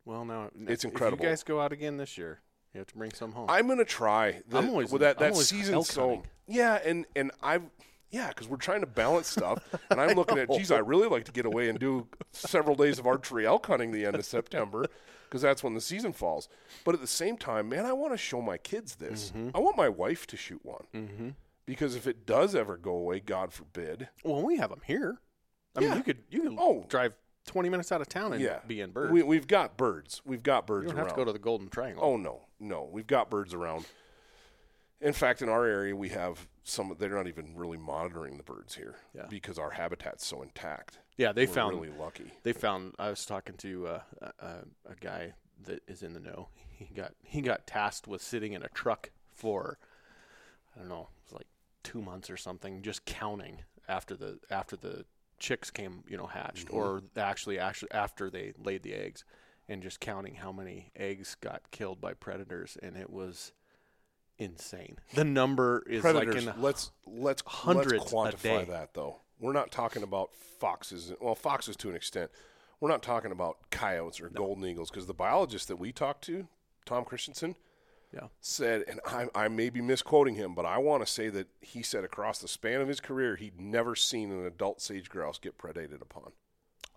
Well, now
It's incredible.
If you guys go out again this year, you have to bring some home.
I'm gonna try. The,
I'm always-
well, that
I'm
that
always
season.
elk
so
hunting.
yeah, and and I've yeah, because we're trying to balance stuff, and I'm looking at geez, I really like to get away and do several days of archery elk hunting the end of September because that's when the season falls. But at the same time, man, I want to show my kids this.
Mm-hmm.
I want my wife to shoot one because if it does ever go away, God forbid.
Well, we have them here. I
Yeah.
mean, you could you could
Oh.
drive twenty minutes out of town and
yeah.
be in birds.
We,
you
we've got birds. We've got birds
don't
around.
have to go to the Golden Triangle.
oh no, no, we've got birds around. In fact, in our area, we have some. They're not even really monitoring the birds here
Yeah.
because our habitat's so intact.
yeah, they
We're
found
really lucky.
they found. I was talking to uh, a, a- a guy that is in the know. He got he got tasked with sitting in a truck for I don't know, it was like two months or something, just counting after the after the chicks came, you know, hatched,
Mm-hmm.
or actually actually after they laid the eggs, and just counting how many eggs got killed by predators, and it was insane. The number is
Predators.
like in the
let's let's
hundreds a
let's quantify
day.
that though. We're not talking about foxes. Well, foxes to an extent. We're not talking about coyotes or golden eagles because the biologist that we talked to, Tom Christensen,
yeah.
said, and I, I may be misquoting him, but I want to say that he said across the span of his career, he'd never seen an adult sage grouse get predated upon.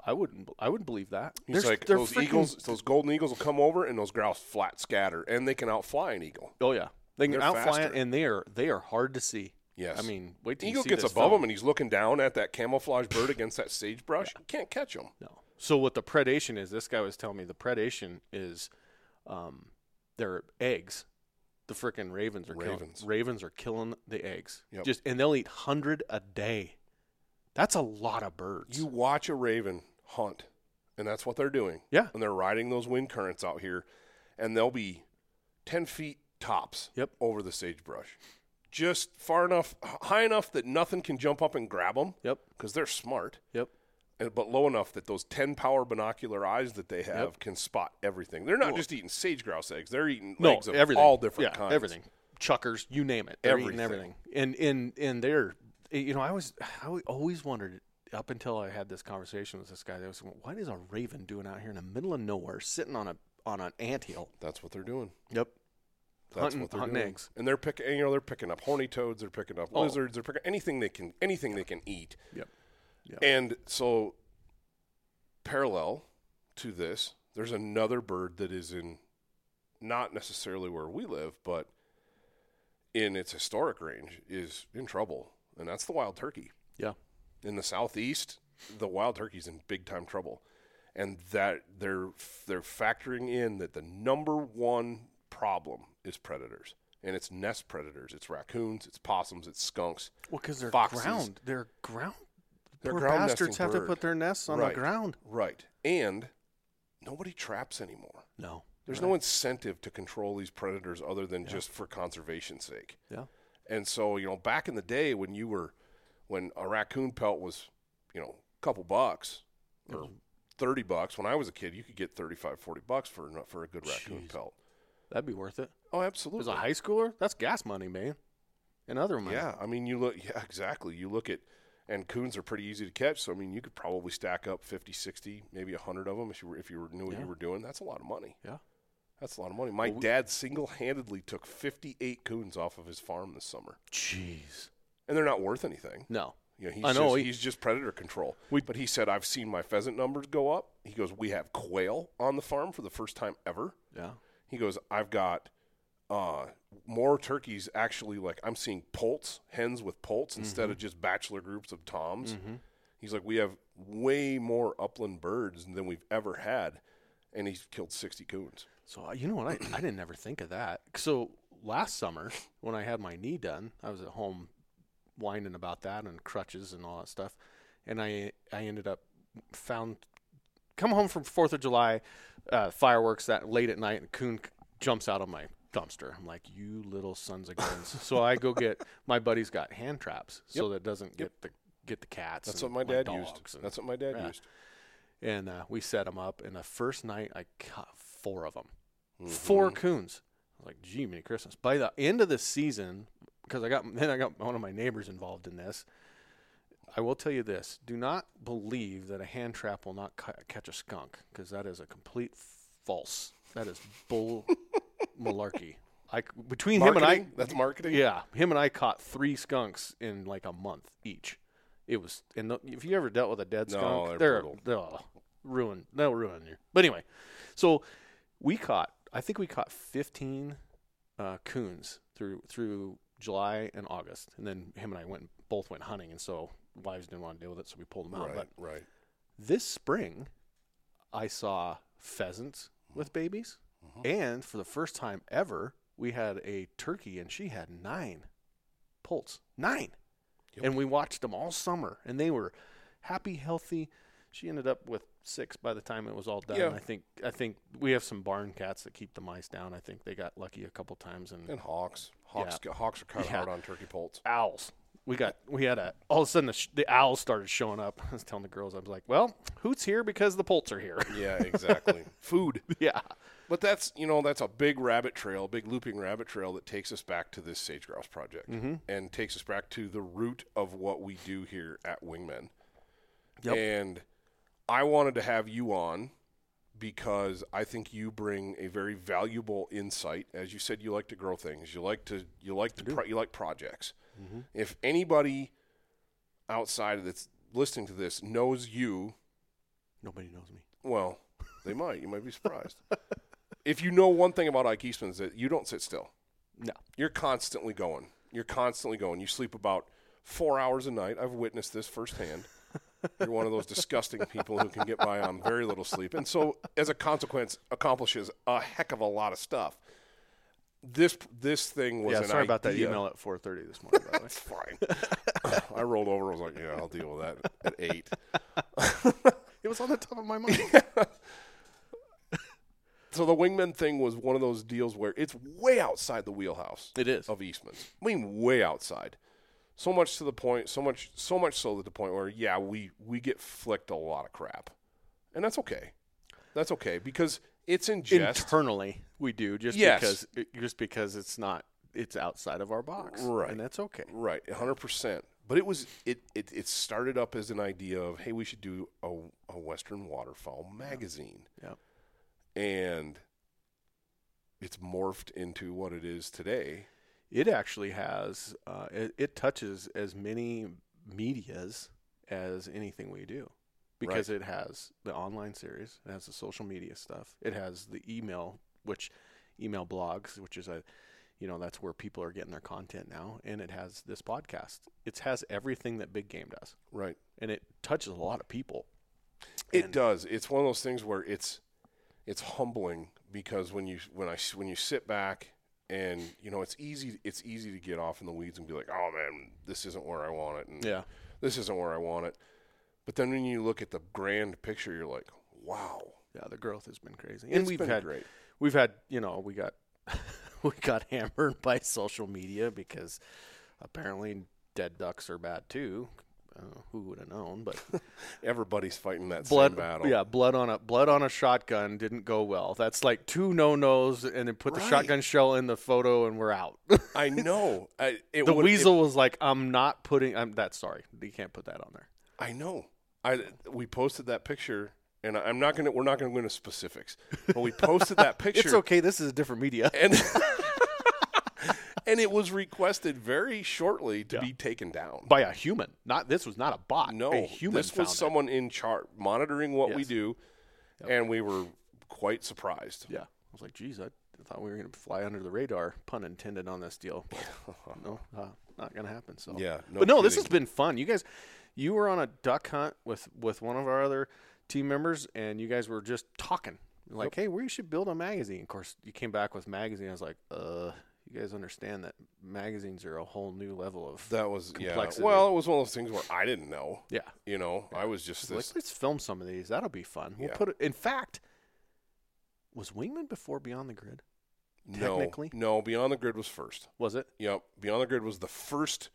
I wouldn't I wouldn't believe that.
He's
They're-
like,
they're
those
freaking-
eagles, those golden eagles will come over and those grouse flat scatter, and they can outfly an eagle.
Oh yeah, they can
They're
outfly
faster.
it, and they are they are hard to see.
Yes.
I mean, wait till you
eagle
see
gets
this
above
film.
him and he's looking down at that camouflage bird against that sagebrush. You can't catch him.
No. So what the predation is? This guy was telling me the predation is, um, their eggs. The frickin' ravens are
Ravens.
killing. Ravens are killing the eggs.
Yep.
Just and they'll eat hundred a day. That's a lot of birds.
You watch a raven hunt, and that's what they're doing.
Yeah.
And they're riding those wind currents out here, and they'll be 10 feet tops
Yep.
over the sagebrush. Just far enough, h- high enough that nothing can jump up and grab them
Yep.
because they're smart,
Yep.
and, but low enough that those 10 power binocular eyes that they have
Yep.
can spot everything. They're not just eating sage grouse eggs, they're eating
No,
eggs of
everything.
all different
yeah,
kinds.
Everything. Chuckers, you name it. They're eating
Everything.
everything. And and and they're eh, you know, I was I always wondered up until I had this conversation with this guy, I was going, What is a raven doing out here in the middle of nowhere sitting on a on an anthill?
That's what they're doing.
Yep.
That's
Hunting-
what they're
hunting
doing.
eggs.
And they're picking, you know, they're picking up horny toads. They're picking up
Oh.
lizards. They're picking anything they can, anything they can eat.
Yep. Yep.
And so, parallel to this, there's another bird that is in, not necessarily where we live, but in its historic range is in trouble, and that's the wild turkey
Yeah.
in the southeast, the wild turkey's in big time trouble, and that they're they're factoring in that the number one problem is predators, and it's nest predators. It's raccoons, it's possums, it's skunks.
Well, because they're
Foxes.
ground. They're ground.
They're
poor
ground
bastards
nesting
have to
bird.
put their nests on
Right.
the ground.
Right, and nobody traps anymore.
No.
There's no incentive to control these predators other than just for conservation's sake.
Yeah.
And so, you know, back in the day when you were, when a raccoon pelt was, you know, a couple bucks or 30 bucks, when I was a kid, you could get 35, 40 bucks for, a- for a good raccoon
Jeez.
pelt.
That'd be worth it.
Oh,
As
absolutely.
a high schooler, that's gas money, man. And other money.
yeah. I mean, you look, yeah, exactly. You look at, and coons are pretty easy to catch. So, I mean, you could probably stack up 50, 60, maybe 100 of them if you, were, if you were, knew what
Yeah.
you were doing. That's a lot of money.
Yeah.
That's a lot of money. My
Well, we-
dad single handedly took 58 coons off of his farm this summer,
Jeez.
and they're not worth anything.
No.
You know, he's
I know,
Just,
he-
he's just predator control.
We-
but he said, I've seen my pheasant numbers go up. He goes, We have quail on the farm for the first time ever.
Yeah.
He goes, I've got uh, more turkeys actually, like I'm seeing poults, hens with poults instead
Mm-hmm.
of just bachelor groups of toms. He's like, We have way more upland birds than we've ever had. And he's killed 60 coons.
So uh, you know what? I, I didn't ever think of that. So last summer, when I had my knee done, I was at home whining about that and crutches and all that stuff, and I I ended up found come home from Fourth of July uh, fireworks that late at night, and coon c- jumps out of my dumpster. I'm like, you little sons of guns. so I go get my buddy's got hand traps so that it doesn't get the get the cats.
That's what
and
my dad
dogs
used.
and-
That's what my dad
Yeah.
used.
and uh, we set them up. And the first night, I caught four of them, four coons. I was like, "Gee, many Christmas!" By the end of the season, because I got then I got one of my neighbors involved in this. I will tell you this: do not believe that a hand trap will not ca- catch a skunk, because that is a complete false. That is bull malarkey. I c- between him and I,
Marketing? That's marketing?
yeah, him and I caught three skunks in like a month each. It was, and the, if you ever dealt with a dead
No,
skunk,
they're
they're,
brutal.
they'll ruin, they'll ruin you. But anyway, so we caught, I think we caught 15 uh, coons through through July and August, and then him and I went both went hunting, and so wives didn't want to deal with it, so we pulled them out.
Right,
But
right.
this spring, I saw pheasants with
Mm-hmm.
babies, and for the first time ever, we had a turkey, and she had nine poults, nine,
Yep.
and we watched them all summer, and they were happy, healthy. She ended up with six by the time it was all done.
Yeah.
I think I think we have some barn cats that keep the mice down. I think they got lucky a couple times, and
And hawks. Hawks hawks are kind of
Mm. Yeah.
hard on turkey poults.
owls. We got we had a all of a sudden the, sh- the owls started showing up. I was telling the girls I was like, "Well, Hoot's here because the poults are here."
Yeah, exactly. Food.
yeah.
But that's, you know, that's a big rabbit trail, big looping rabbit trail that takes us back to this sage grouse project and takes us back to the root of what we do here at Wingmen.
Yep.
And I wanted to have you on because I think you bring a very valuable insight. As you said, you like to grow things. You like to you like to pro- you like projects. If anybody outside that's listening to this knows you
Nobody knows me.
Well, they might. You might be surprised. if you know one thing about Ike Eastman is that you don't sit still.
No.
You're constantly going. You're constantly going. You sleep about four hours a night. I've witnessed this firsthand. You're one of those disgusting people who can get by on very little sleep, and so as a consequence, accomplishes a heck of a lot of stuff. this this thing was
Yeah,
an
sorry about that
idea.
email at 4:30 this morning. By the way.
It's fine. I rolled over. I was like, yeah, I'll deal with that at eight.
it was on the top of my mind.
So the wingman thing was one of those deals where it's way outside the wheelhouse
it is.
of Eastman's. I mean, way outside. So much to the point. So much. So much so to the point where yeah, we we get flicked a lot of crap, and that's okay. That's okay because it's in jest.
Internally, we do just
Yes.
because just because it's not it's outside of our box,
Right.
And that's okay.
Right, hundred percent. But it was it, it it started up as an idea of hey, we should do a, a Western waterfowl magazine.
Yeah.
and it's morphed into what it is today.
It actually has uh, it, it touches as many medias as anything we do because it has the online series, it has the social media stuff, it has the email, which email blogs, which is a you know that's where people are getting their content now, and it has this podcast. It has everything that Big Game does,
Right.
and it touches a lot of people.
It
And-
does. It's one of those things where it's it's humbling because when you when I s- when you sit back and you know it's easy it's easy to get off in the weeds and be like, "Oh man, this isn't where I want it." And
Yeah,
This isn't where I want it. But then when you look at the grand picture, you're like, "Wow."
yeah, the growth has been crazy,
It's been
had
great.
we've had you know we got we got hammered by social media because apparently dead ducks are bad too I don't know who would have known but
Everybody's fighting that
blood
same battle.
yeah blood on a blood on a shotgun didn't go well that's like two no nos and then put the
Right.
shotgun shell in the photo and we're out
I know. I, it
the
would- it-
weasel was like i'm not putting i'm that sorry you can't put that on there
I know. I we posted that picture, and I'm not gonna. We're not gonna go into specifics, but we posted that picture,
it's okay this is a different media
and and it was requested very shortly to be taken down.
by a human not this was not a bot
no,
a human
this was
found it.
someone in charge monitoring what we
Yes.
do, and we were quite surprised.
Yeah. I was like, geez, I thought we were going to fly under the radar, pun intended, on this deal. But no, uh, not going to happen. So
Yeah, no
but no, this has
kidding.
been fun. You guys, you were on a duck hunt with with one of our other team members, and you guys were just talking like, hey, we should build a magazine. Of course, you came back with magazine. I was like, uh, you guys understand that magazines are a whole new level of
That was
Complexity.
yeah. Well, it was one of those things where I didn't know.
yeah.
You know, I was just
Like,
this.
let's film some of these. That'll be fun. We'll
Yeah.
put it. In fact, was Wingman before Beyond the Grid?
no,
technically?
no. Beyond the grid was first.
Was it?
Yep. Beyond the Grid was the first,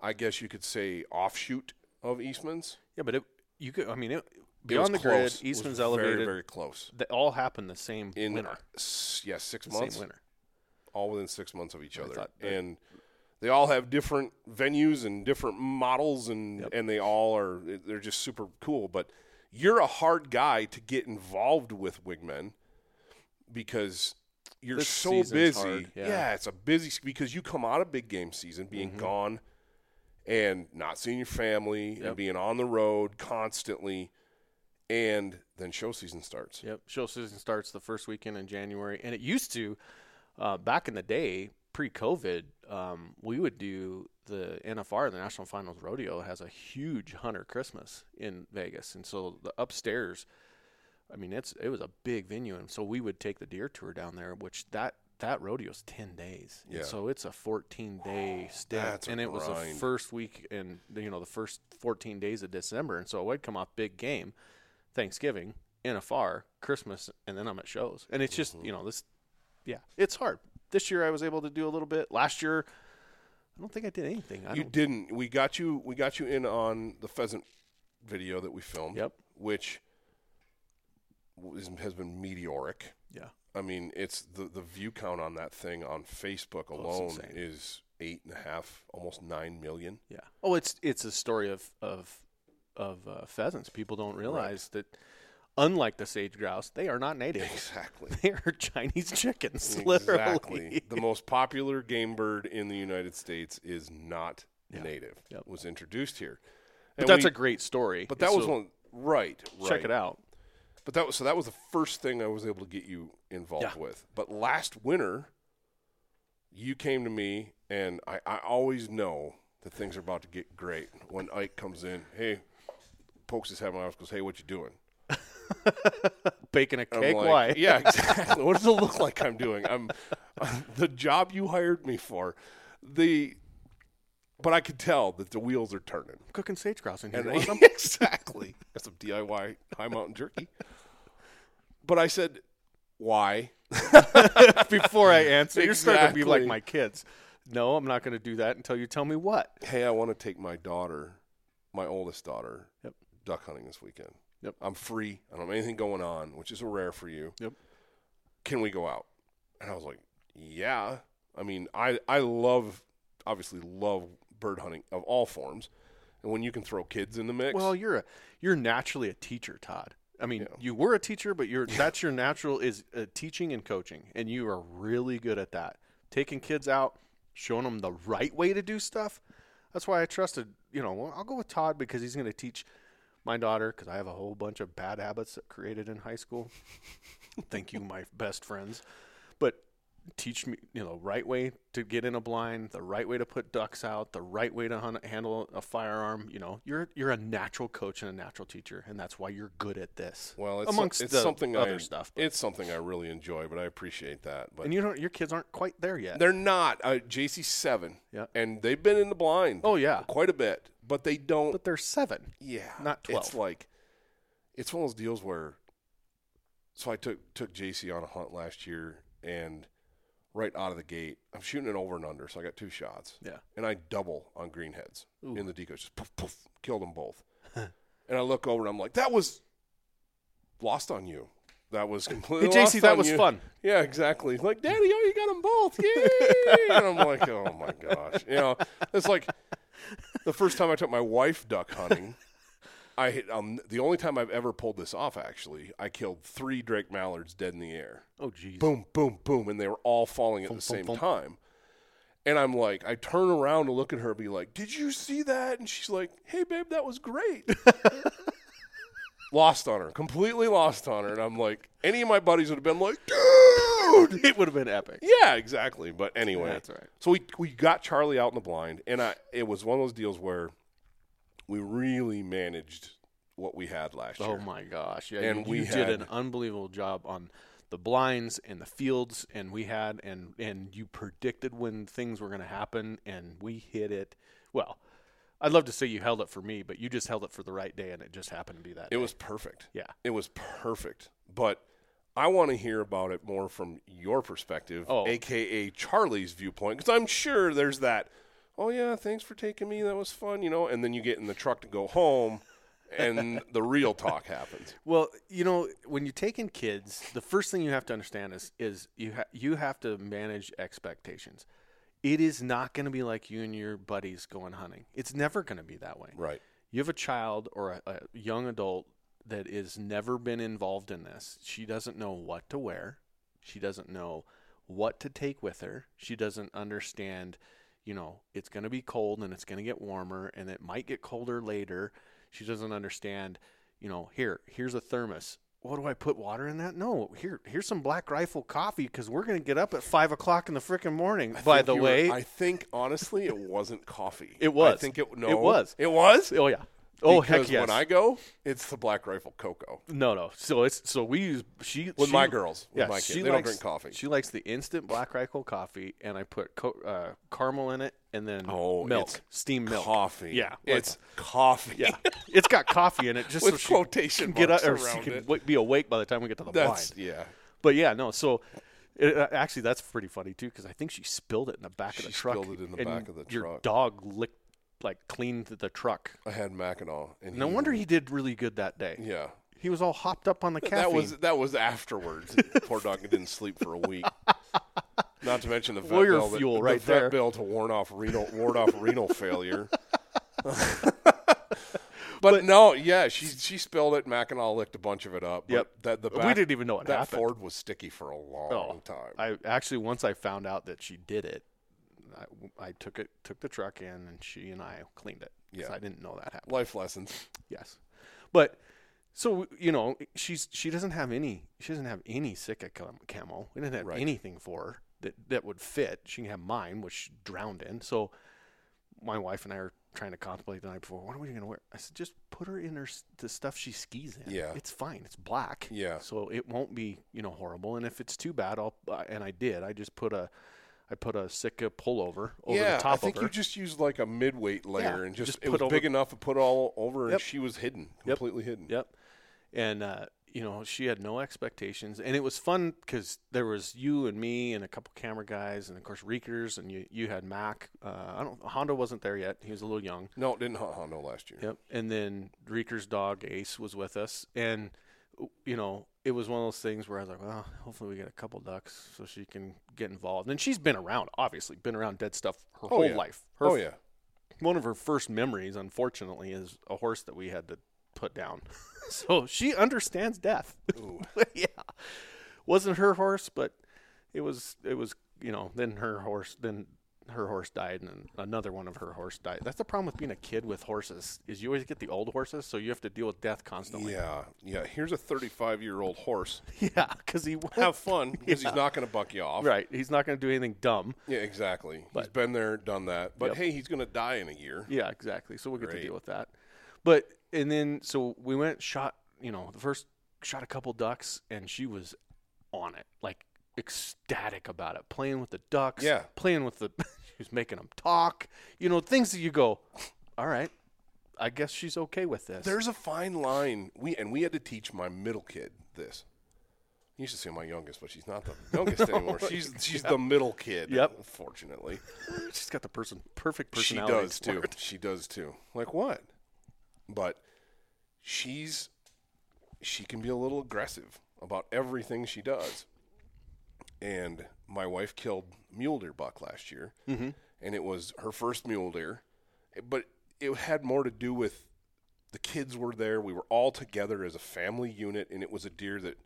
I guess you could say, offshoot of Eastman's.
Yeah, but it you could. I mean, it,
It was
beyond the
close.
grid,
It was
Eastman's elevated.
Very, very close.
They all happened the same
In
winter.
s- yeah, six
The
months.
same winter.
All within six months of each
I
other.
thought that-
And they all have different venues and different models, and,
Yep.
and they all are, they're just super cool. But you're a hard guy to get involved with Wigmen because you're
This
so
season's
busy.
hard, yeah. Mm-hmm.
it's a busy, s- because you come out of big game season being gone and not seeing your family and
Yep.
being on the road constantly. And then show season starts.
Yep. Show season starts the first weekend in January, and it used to uh, back in the day pre-COVID. Um, we would do the NFR, the National Finals Rodeo, has a huge hunter Christmas in Vegas, and so the upstairs. I mean, it's it was a big venue, and so we would take the deer tour down there, which that that rodeo's ten days, And
Yeah.
so it's a fourteen day stint,
that's a
and it was the
grind.
first week in you know the first fourteen days of December, and so I would come off big game, Thanksgiving, NFR, Christmas, and then I'm at shows. And it's just, you know, this, yeah, it's hard. This year I was able to do a little bit. Last year, I don't think I did anything. I
you
don't,
didn't. We got you. We got you in on the pheasant video that we filmed.
Yep.
Which was, has been meteoric.
yeah,
I mean, it's the the view count on that thing on Facebook alone
Oh, insane.
is eight and a half, almost nine million.
yeah. Oh, it's it's a story of of of uh, pheasants. People don't realize that, unlike the sage grouse, they are not native.
Exactly.
They are Chinese chickens,
Exactly.
literally.
The most popular game bird in the United States is not native.
Yep.
Was introduced here.
But
And
that's
we-
a great story.
But that was
So
one. Right.
Check
right.
it out.
But that was so that was the first thing I was able to get you involved
Yeah.
with. But last winter, you came to me, and I, I always know that things are about to get great when Ike comes in. Hey, pokes his head in my office, goes, "Hey, what you doing?"
Baking a
I'm
cake,
like,
why?
Yeah, exactly. what does it look like I'm doing? I'm the job you hired me for, the but I could tell that the wheels are turning.
Cooking sage-grouse in here.
And
You want some?
exactly. Got some DIY high mountain jerky. But I said, why?
Before I answer, you're starting to be like
Exactly.
my kids. No, I'm not going to do that until you tell me what.
Hey, I want to take my daughter, my oldest daughter,
Yep.
duck hunting this weekend.
Yep.
I'm free. I don't have anything going on, which is rare for you.
Yep.
Can we go out? And I was like, yeah. I mean, I, I love, obviously love bird hunting of all forms. And when you can throw kids in the mix.
Well, you're a you're naturally a teacher, Todd. I mean, you were a teacher, but you're that's your natural is uh, teaching and coaching, and you are really good at that. Taking kids out, showing them the right way to do stuff. That's why I trusted. You know, well, I'll go with Todd because he's going to teach my daughter because I have a whole bunch of bad habits that created in high school. Thank you, my best friends. But teach me, you know, right way to get in a blind, the right way to put ducks out, the right way to hunt, handle a firearm. You know, you're you're a natural coach and a natural teacher, and that's why you're good at this.
Well, it's,
amongst
it's
the
something
other
I,
stuff,
It's something I really enjoy, but I appreciate that. But
and you don't, your kids aren't quite there yet.
they're not uh, JC seven,
Yeah.
and they've been in the blind.
Oh, yeah.
quite a bit, but they don't.
but they're seven.
yeah,
not
It's
12.
like it's one of those deals where. So I took took JC on a hunt last year, and right out of the gate, I'm shooting it over and under, so I got two shots,
Yeah.
and I double on greenheads
Ooh.
in the decoys, just poof poof, killed them both. and I look over and I'm like, that was lost on you. That was completely.
Hey, JC,
lost
that
on
was
you.
fun.
Yeah, exactly. He's like, Daddy, oh, you got them both. Yay! and I'm like, oh my gosh. You know, it's like the first time I took my wife duck hunting. I hit, um, the only time I've ever pulled this off, actually, I killed three Drake Mallards dead in the air.
Oh, geez.
Boom, boom, boom. And they were all falling at the same
thump.
time. And I'm like, I turn around to look at her and be like, Did you see that? And she's like, Hey, babe, that was great. lost on her, completely lost on her. And I'm like, Any of my buddies would have been like, Dude,
It would have been epic.
yeah, exactly. But anyway,
That's right.
So we we got Charlie out in the blind, and I it was one of those deals where we really managed what we had last
Oh
year.
my gosh! Yeah,
And
you,
we
you did
had-
an unbelievable job on the blinds and the fields, and we had and and you predicted when things were going to happen, and we hit it. Well, I'd love to say you held it for me, but you just held it for the right day, and it just happened to be that.
It
day.
was perfect.
Yeah.
it was perfect. But I want to hear about it more from your perspective,
Oh.
aka Charlie's viewpoint, because I'm sure there's that. Oh yeah, thanks for taking me. That was fun, you know. And then you get in the truck to go home, and the real talk happens.
Well, you know, when you're taking kids, the first thing you have to understand is is you ha- you have to manage expectations. It is not going to be like you and your buddies going hunting. It's never going to be that way.
Right.
you have a child or a, a young adult that has never been involved in this. She doesn't know what to wear. She doesn't know what to take with her. She doesn't understand, you know, it's going to be cold and it's going to get warmer and it might get colder later. She doesn't understand, you know, here, here's a thermos. What do I put water in that? No, here, here's some Black Rifle coffee because we're going to get up at five o'clock in the freaking morning.
I
By
think
the
you were-
way,
I think honestly it wasn't coffee.
It was.
I think it no.
It was.
It was.
oh yeah, oh heck
Because
yes.
When I go, it's the Black Rifle cocoa
No, no. So it's so we use she
with
she-
my girls. With
Yeah,
my kids.
she
they
likes,
don't drink coffee.
She likes the instant black rifle coffee, and I put co- uh, caramel in it, and then
Oh, it's
milk, steamed milk.
coffee.
Yeah, like-
it's coffee.
yeah. it's got coffee in it, just
With
so she
quotation
can get
marks
up or she
around
can
it.
wa- be awake by the time we get to the
That's
blind.
yeah.
But yeah, no. So it, uh, actually, that's pretty funny too, because I think she spilled it in the back of
She
the truck.
spilled it in the
and
back of the
your
truck.
dog licked, like, cleaned the truck.
I had Mackinac. And
No
he-
wonder he did really good that day.
Mm. Yeah.
He was all hopped up on the caffeine.
That was that was afterwards. Poor dog didn't sleep for a week. Not to mention the vet
Warrior
bill that-
fuel
the
right
vet
there.
bill to warn off renal ward off renal failure. but, no, yeah, she she spilled it. Mackinac licked a bunch of it up. but
Yep.
that the
We
back,
didn't even know it
that
happened. Oh,
Ford was sticky for a long time.
I actually once I found out that she did it, I, I took it took the truck in and she and I cleaned it. 'cause
Yeah.
I didn't know that happened.
Life lessons.
Yes, but so you know she's she doesn't have any she doesn't have any Sika cam- camo. We didn't have
Right.
anything for her that that would fit. She can have mine, which she drowned in. So my wife and I are trying to contemplate the night before. What are you going to wear? I said, just put her in her s- the stuff she skis in.
Yeah.
it's fine. It's black.
Yeah.
so it won't be you know horrible. And if it's too bad, I'll uh, and I did. I just put a I put a Sitka pullover over
yeah,
the top
I think
of her.
you just used like a midweight layer
Yeah,
and just,
just
it
put
was
over-
big enough to put all over,
Yep.
and she was hidden, completely hidden.
Yep. And uh, you know, she had no expectations, and it was fun because there was you and me and a couple camera guys, and of course Reekers, and you you had Mac. Uh, I don't Honda wasn't there yet; he was a little young.
No, it didn't hunt Hondo last year.
Yep. And then Reeker's dog Ace was with us, and you know, it was one of those things where I was like, well, hopefully we get a couple ducks so she can get involved. And she's been around, obviously, been around dead stuff her whole
yeah.
life. Her
Oh yeah,
one of her first memories, unfortunately, is a horse that we had to put down. so she understands death. yeah, wasn't her horse, but it was. It was you know. Then her horse. Then her horse died, and then another one of her horse died. That's the problem with being a kid with horses is you always get the old horses, so you have to deal with death constantly.
yeah, yeah. Here's a 35 year old horse.
Yeah, because he
Have fun because he's not going to buck you off.
right. He's not going to do anything dumb.
Yeah, exactly. he's
But-
been there, done that. But
Yep.
hey, he's going to die in a year.
Yeah, exactly. So we'll get
Great.
to deal with that. But and then so we went shot, you know, the first shot a couple ducks and she was on it, like ecstatic about it, playing with the ducks,
Yeah.
playing with the she was making them talk, you know, things that you go, all right, I guess she's okay with this.
There's a fine line. We and we had to teach my middle kid this. You should say my youngest, but she's not the youngest anymore. She's she's the middle kid.
Yep.
Unfortunately,
she's got the person perfect
she
personality.
does
It's
too.
weird.
She does too. Like what? But she's she can be a little aggressive about everything she does. And my wife killed mule deer buck last year, mm-hmm. and it was her first mule deer, but it had more to do with the kids were there. We were all together as a family unit, and it was a deer that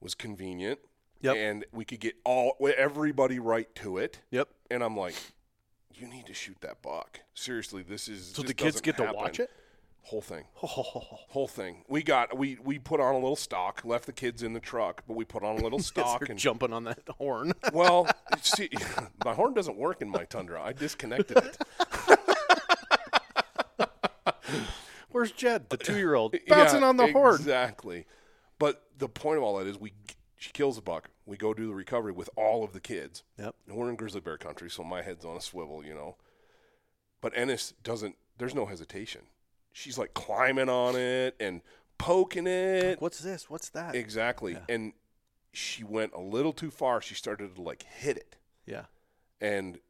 was convenient.
Yep.
and we could get all everybody right to it.
Yep.
And I'm like, you need to shoot that buck. Seriously, this is
So
this
the kids
doesn't
get to
happen.
watch it? Oh,
Whole thing, whole thing. We got we we put on a little stock, left the kids in the truck, but we put on a little stock
They're
and
jumping on that horn.
well, see, my horn doesn't work in my Tundra. I disconnected it.
Where's Jed, the two year old? Bouncing
Yeah,
on the horn.
Exactly. But the point of all that is we she kills a buck. We go do the recovery with all of the kids.
Yep.
And we're in grizzly bear country, so my head's on a swivel, you know. But Ennis doesn't there's no hesitation. She's like climbing on it and poking it.
What's this? What's that?
Exactly. And she went a little too far. She started to like hit it
yeah.
and it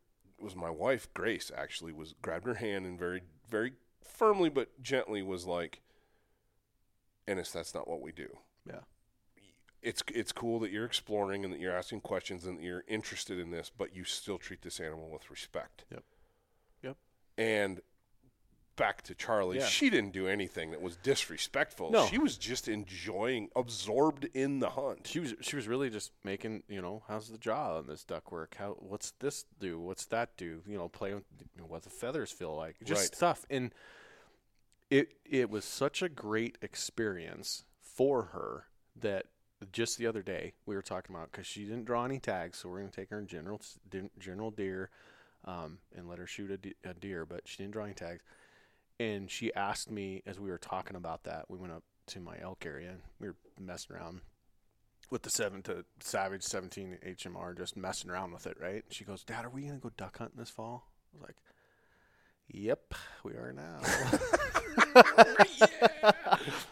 was my wife Grace actually was grabbed her hand and very very firmly but gently was like Ennis that's not what we do.
Yeah.
It's it's cool that you're exploring and that you're asking questions and that you're interested in this but you still treat this animal with respect.
Yep. Yep.
And back to Charlie,
Yeah.
she didn't do anything that was disrespectful.
No.
She was just enjoying absorbed in the hunt.
she was she was really just making you know how's the jaw on this duck work how what's this do what's that do you know playing with you know, what the feathers feel like just
Right.
stuff and it it was such a great experience for her that just the other day we were talking about because she didn't draw any tags so we're going to take her in general s- din- general deer um, and let her shoot a, de- a deer but she didn't draw any tags and she asked me as we were talking about that we went up to my elk area and we were messing around with the seven to Savage 17 HMR, just messing around with it, right? And she goes, Dad, are we gonna go duck hunting this fall? I was like, Yep, we are now.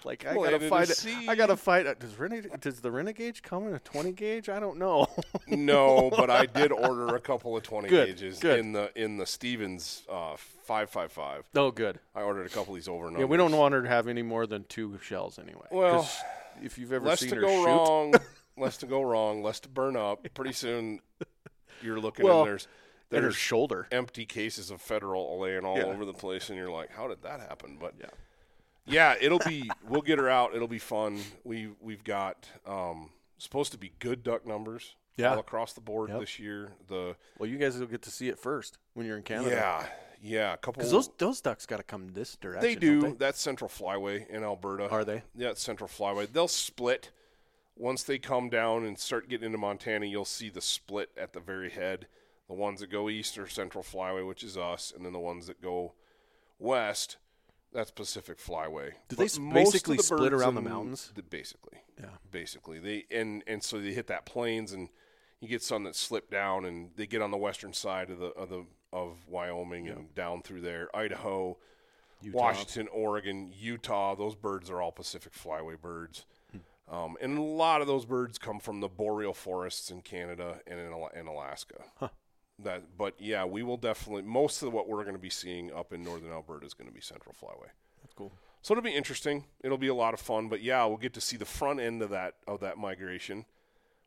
Like I
Planted
gotta
a
find it. I
seed.
gotta find it. Does Renegade, does the Renegade come in a 20 gauge? I don't know.
no, but I did order a couple of twenty
Good,
gauges
good.
in the in the Stevens uh, five five five.
oh, good.
I ordered a couple of these over and over.
Yeah, we don't want her to have any more than two shells anyway. 'Cause
Well,
if you've ever
less
seen
to
her
go
shoot,
wrong, less to go wrong, less to burn up. Pretty soon, you're looking
Well,
and there's
and her
there's
shoulder.
empty cases of federal laying all
Yeah.
over the place, and you're like, how did that happen? But yeah, yeah, it'll be. we'll get her out. It'll be fun. We we've got um, supposed to be good duck numbers.
Yeah.
all across the board
Yep.
this year. The
Well, you guys will get to see it first when you're in Canada.
yeah, yeah, a couple.
Because those those ducks got to come this direction.
They
don't
do. That's Central Flyway in Alberta.
Are they?
Yeah, it's Central Flyway. They'll split. Once they come down and start getting into Montana, you'll see the split at the very head. The ones that go east are Central Flyway, which is us, and then the ones that go west, that's Pacific Flyway.
Do
Did
they s- basically split around the mountains?
basically,
Yeah.
basically they and and so they hit that plains and you get some that slip down and they get on the western side of the of the of Wyoming and down through there, Idaho, Washington, Oregon, Utah. Those birds are all Pacific Flyway birds.
Hmm.
Um, and a lot of those birds come from the boreal forests in Canada and in, Ala- in Alaska. That, but yeah, we will definitely most of what we're going to be seeing up in northern Alberta is going to be Central Flyway.
That's cool.
So it'll be interesting. It'll be a lot of fun. But yeah, we'll get to see the front end of that of that migration,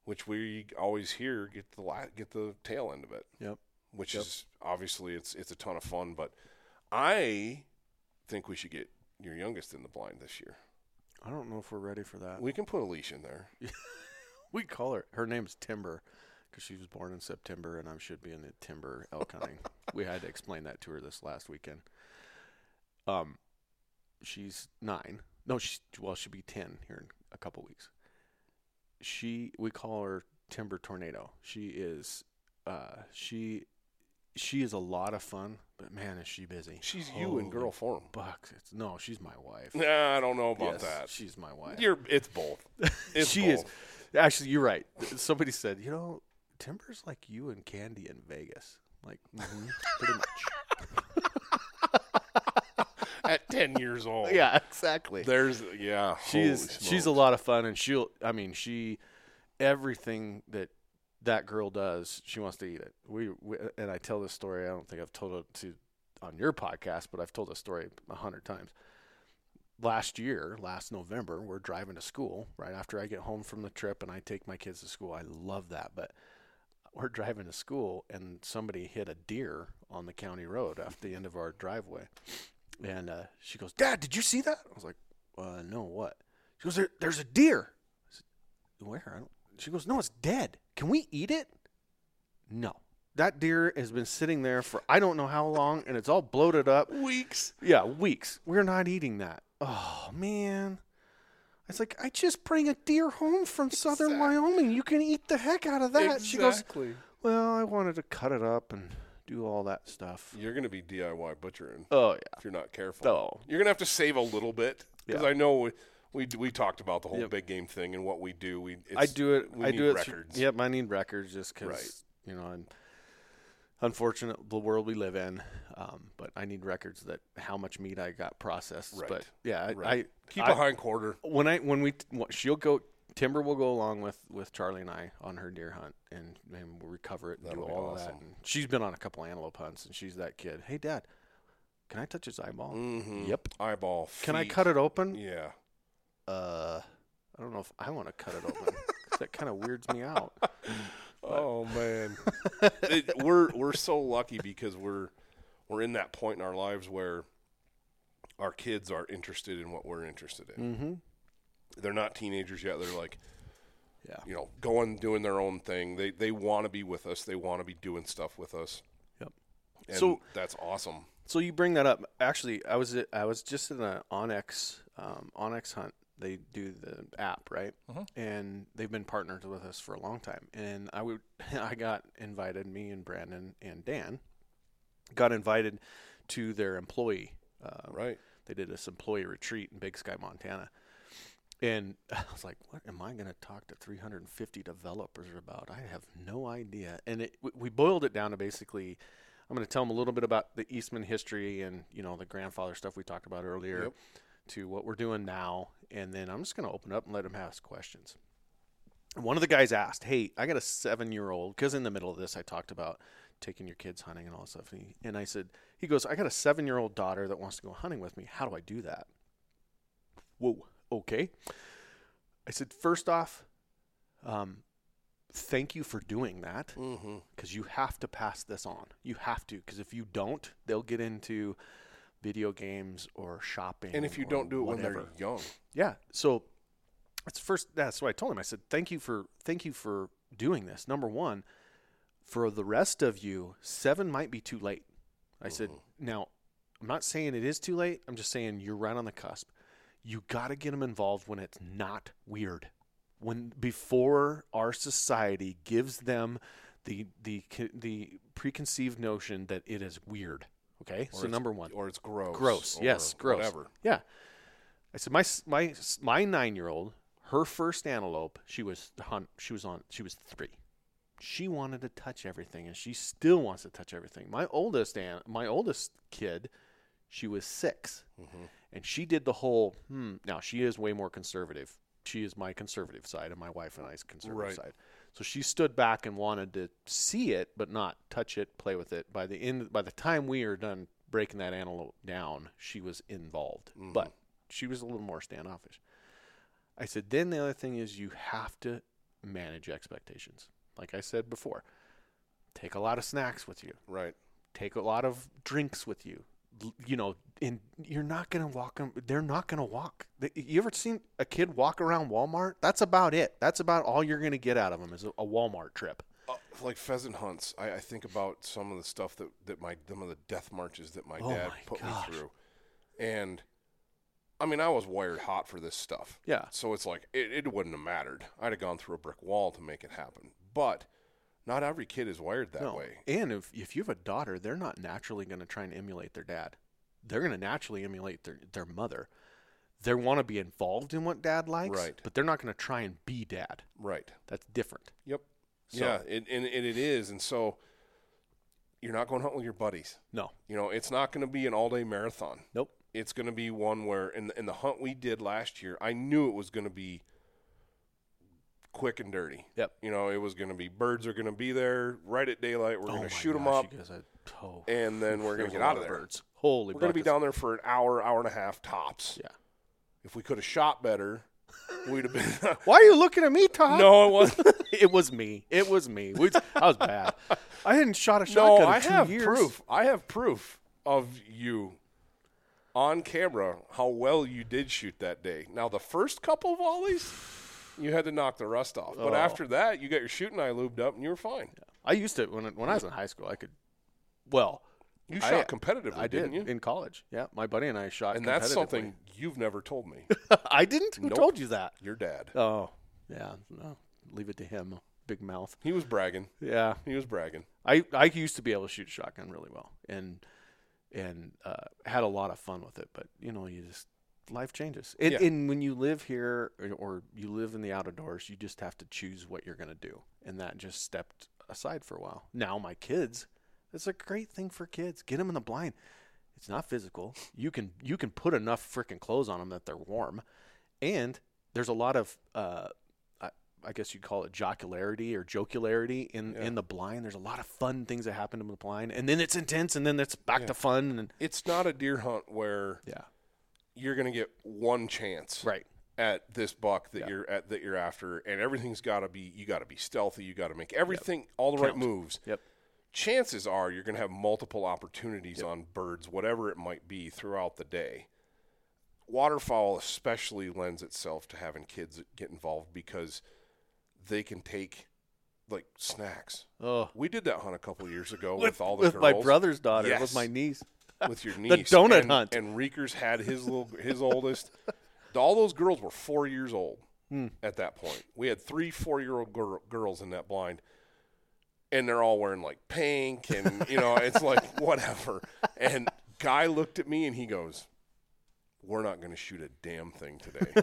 which we always hear get the la- get the tail end of it,
Yep.
which is obviously it's it's a ton of fun. But I think we should get your youngest in the blind this year.
I don't know if we're ready for that. We,
We can put a leash in there.
call her. Her name's Timber because she was born in September, and I should be in the timber elk hunting. we had to explain that to her this last weekend. Um, she's nine. No, she's well, she'll be ten here in a couple weeks. She, we call her Timber Tornado. She is, uh, she, she is a lot of fun, but man, is she busy.
She's you in
Holy
girl form.
Bucks. It's no, she's my wife.
Nah, I don't know about
Yes,
that.
She's my wife.
You're it's both. It's
she
both.
is. Actually, you're right. Somebody said, you know, Timber's like you and Candy in Vegas. I'm Like, mhm, pretty much.
at ten years old.
yeah, exactly.
There's yeah.
She
holy
is.
smokes.
She's a lot of fun, and she'll. I mean, she. Everything that that girl does, she wants to eat it. We, we and I tell this story. I don't think I've told it to on your podcast, but I've told this story a hundred times. Last year, last November, we're driving to school right after I get home from the trip, and I take my kids to school. I love that, but we're driving to school, and somebody hit a deer on the county road off the end of our driveway, and uh, she goes, "Dad, did you see that?" I was like, uh, "No, what?" She goes, there, "There's a deer." I said, Where? I don't. She goes, "No, it's dead. Can we eat it?" No. That deer has been sitting there for I don't know how long, and it's all bloated up.
weeks.
Yeah, weeks. We're not eating that. Oh man. It's like I just bring a deer home from southern Wyoming. You can eat the heck out of that. She goes, Well, I wanted to cut it up and do all that stuff.
You're going to be DIY butchering
Oh yeah.
if you're not careful.
Oh.
You're going to have to save a little bit because
Yeah.
I know we, we we talked about the whole
Yep.
big game thing and what we do. We it's,
I do it.
We
I
need
do it. thr-
records.
yep, I need records just because
Right.
you know, I'm unfortunate the world we live in. Um, but I need records that how much meat I got processed.
Right.
But yeah, I,
Right.
I
Keep
I,
a hind quarter.
when I when we wh- she'll go Timber will go along with with Charlie and I on her deer hunt and, and we'll recover it and
That'll
do
be
all of that.
awesome.
And she's been on a couple antelope hunts and she's that kid. Hey dad, can I touch his eyeball?
Mm-hmm.
Yep.
Eyeball.
Can I
feet.
cut it open?
Yeah.
Uh, I don't know if I want to cut it open. 'cause that kind of weirds me out.
Oh man, It- we're we're so lucky because we're we're in that point in our lives where our kids are interested in what we're interested in.
Mm-hmm.
They're not teenagers yet. They're like,
Yeah.
you know, going doing their own thing. They they want to be with us. They want to be doing stuff with us.
Yep.
And
So-
that's awesome.
So you bring that up. Actually, I was I was just in an Onyx um, Onyx hunt. They do the app right, and they've been partnered with us for a long time. And I would I got invited. Me and Brandon and Dan got invited to their employee. Uh,
Right.
They did this employee retreat in Big Sky, Montana. And I was like, what am I going to talk to 350 developers about? I have no idea. And it, we- we boiled it down to basically, I'm going to tell them a little bit about the Eastman history and, you know, the grandfather stuff we talked about earlier
Yep.
to what we're doing now. And then I'm just going to open up and let them ask questions. And one of the guys asked, hey, I got a seven year old, because in the middle of this, I talked about taking your kids hunting and all this stuff. And, he, and I said, he goes, I got a seven year old daughter that wants to go hunting with me. How do I do that? Whoa, okay. I said, first off, um, thank you for doing that
Mm-hmm.
because you have to pass this on. You have to because if you don't, they'll get into video games or shopping.
And if you
or
don't do it when
whatever.
they're young,
yeah. So it's first. That's what I told him. I said, "Thank you for thank you for doing this." Number one, for the rest of you, seven might be too late. I said, "Now, I'm not saying it is too late. I'm just saying you're right on the cusp. You got to get them involved when it's not weird. When before our society gives them the the the preconceived notion that it is weird." Okay, so number one,
or it's gross.
gross.
or
yes, gross.
Whatever.
Yeah. I said my s- my s- my nine year old, her first antelope, she was hunt, she was on, she was three. She wanted to touch everything, and she still wants to touch everything. My oldest an, my oldest kid, she was 6
Mm-hmm.
and she did the whole. Hmm, now she is way more conservative. She is my conservative side, and my wife and I's conservative
Right.
side. So she stood back and wanted to see it, but not touch it, play with it. By the end, by the time we are done breaking that antelope down, she was involved, but she was a little more standoffish. I said, then the other thing is you have to manage expectations. Like I said before, take a lot of snacks with you,
Right.
take a lot of drinks with you. L- You know, and you're not gonna walk them. They're not gonna walk. They- You ever seen a kid walk around Walmart? That's about it. That's about all you're gonna get out of them is a a Walmart trip.
Uh, like pheasant hunts, I, I think about some of the stuff that, that my some of the death marches that my
Oh
dad
my
put
gosh.
me through, and I mean I was wired hot for this stuff.
Yeah.
So it's like it, it wouldn't have mattered. I'd have gone through a brick wall to make it happen. But not every kid is wired that
No.
way.
And if if you have a daughter, they're not naturally going to try and emulate their dad. They're going to naturally emulate their their mother. They want to be involved in what dad likes,
Right.
but they're not going to try and be dad.
Right.
That's different.
Yep.
So-
Yeah. It, and, and it is, and so you're not going hunting with your buddies.
No.
You know, it's not going to be an all day marathon.
Nope.
it's going to be one where in the, in the hunt we did last year, I knew it was going to be quick and dirty.
Yep.
You know, it was going to be birds are going to be there right at daylight. We're going to shoot them up,
oh,
and then we're going
there's
to get
a lot
out of
of
there.
birds. Holy
We're going to be
buckets.
down there for an hour, hour and a half tops.
Yeah.
If we could have shot better, we'd have been.
Why are you looking at me, Todd?
no, it wasn't.
it was me. It was me. We, I was bad. I hadn't shot a
no,
shotgun. in
I
two
have
years.
proof. I have proof of you on camera how well you did shoot that day. Now the first couple volleys, you had to knock the rust off, but
Oh.
after that, you got your shooting eye lubed up and you were fine.
I used to when when I was in high school. I could, well,
You
I-
shot competitively,
I did
didn't you?
in college. Yeah, my buddy and I shot.
and that's
competitively.
something you've never told me.
I didn't. Who
Nope.
told you that?
your dad.
Oh, yeah. No, leave it to him. Big mouth.
He was bragging.
Yeah,
He was bragging.
I I used to be able to shoot shotgun really well, and and uh, had a lot of fun with it. But you know, you just life changes. And,
Yeah.
and when you live here or, or you live in the out of doors, you just have to choose what you're going to do, and that just stepped aside for a while. Now my kids, it's a great thing for kids. Get them in the blind. It's not physical. You can you can put enough freaking clothes on them that they're warm, and there's a lot of uh, I, I guess you'd call it jocularity or jocularity in in the blind. There's a lot of fun things that happen in the blind, and then it's intense, and then it's back to fun, and
It's not a deer hunt where
yeah,
you're going to get one chance.
right,
at this buck that
Yeah.
you're at that you're after, and everything's got to be you got to be stealthy. You got to make everything all the right
Count.
moves.
Yep.
Chances are you're going to have multiple opportunities on birds, whatever it might be, throughout the day. Waterfowl especially lends itself to having kids get involved because they can take like snacks.
oh,
We did that hunt a couple years ago with,
with,
all the
with
girls
my brother's daughter,
Yes.
with my niece.
with your
The
niece.
donut
and,
hunt.
And Reekers had his little his oldest. All those girls were four years old
Hmm.
at that point. We had three four year old girl, girls in that blind, and they're all wearing like pink and you know it's like whatever. And guy looked at me and he goes, "We're not going to shoot a damn thing today."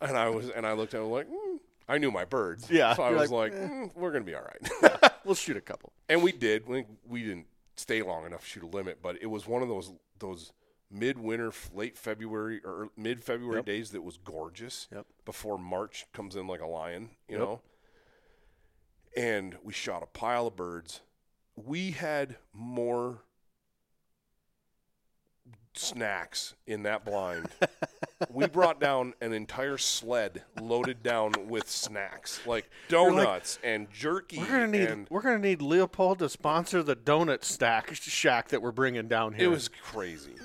and I was and I looked at him like. "Hmm." I knew my birds,
Yeah,
So I
you're
was
like, "Eh."
like, "Hmm, "We're gonna be all right."
We'll shoot a couple.
and we did. We, we didn't stay long enough to shoot a limit, but it was one of those those midwinter, f- late February or mid February
Yep.
days that was gorgeous.
Yep.
Before March comes in like a lion, you
Yep.
know. And we shot a pile of birds. We had more snacks in that blind. we brought down an entire sled loaded down with snacks, like
like,
donuts and jerky.
We're gonna need
and
we're gonna need Leopold to sponsor the donut stack shack that we're bringing down here.
It was crazy.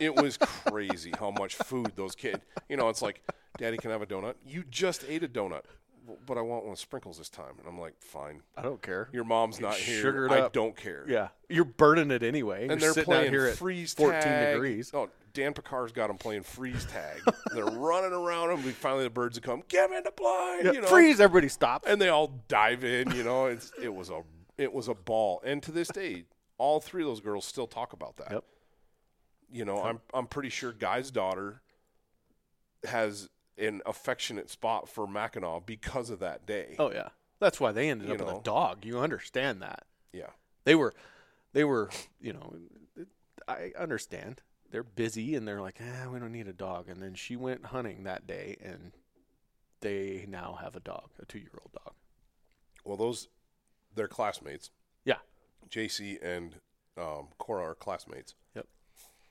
it was crazy how much food those kids. You know, it's like, Daddy, can I have a donut? You just ate a donut, "Well, but I want one with sprinkles this time. And I'm like, fine.
I don't care.
Your mom's not here.
Sugared
I
up.
don't care.
yeah, you're burning it anyway.
And they're
you're sitting out
playing
here at
freeze
14
tag.
degrees.
Oh, Dan Picard's got them playing freeze tag. they're running around him. Finally, the birds have come. Get in the blind.
Yeah,
you know?
freeze! Everybody stop.
and they all dive in. You know, it's it was a it was a ball, and to this day, all three of those girls still talk about that.
Yep.
You know, I'm I'm pretty sure Guy's daughter has an affectionate spot for Mackinaw because of that day.
Oh yeah, that's why they ended
You
up with
know.
a dog. You understand that?
Yeah.
They were, they were, you know, I understand. They're busy and they're like, ah, we don't need a dog. And then she went hunting that day, and they now have a dog, a two-year-old dog.
Well, those they're classmates.
Yeah,
JC and um, Cora are classmates.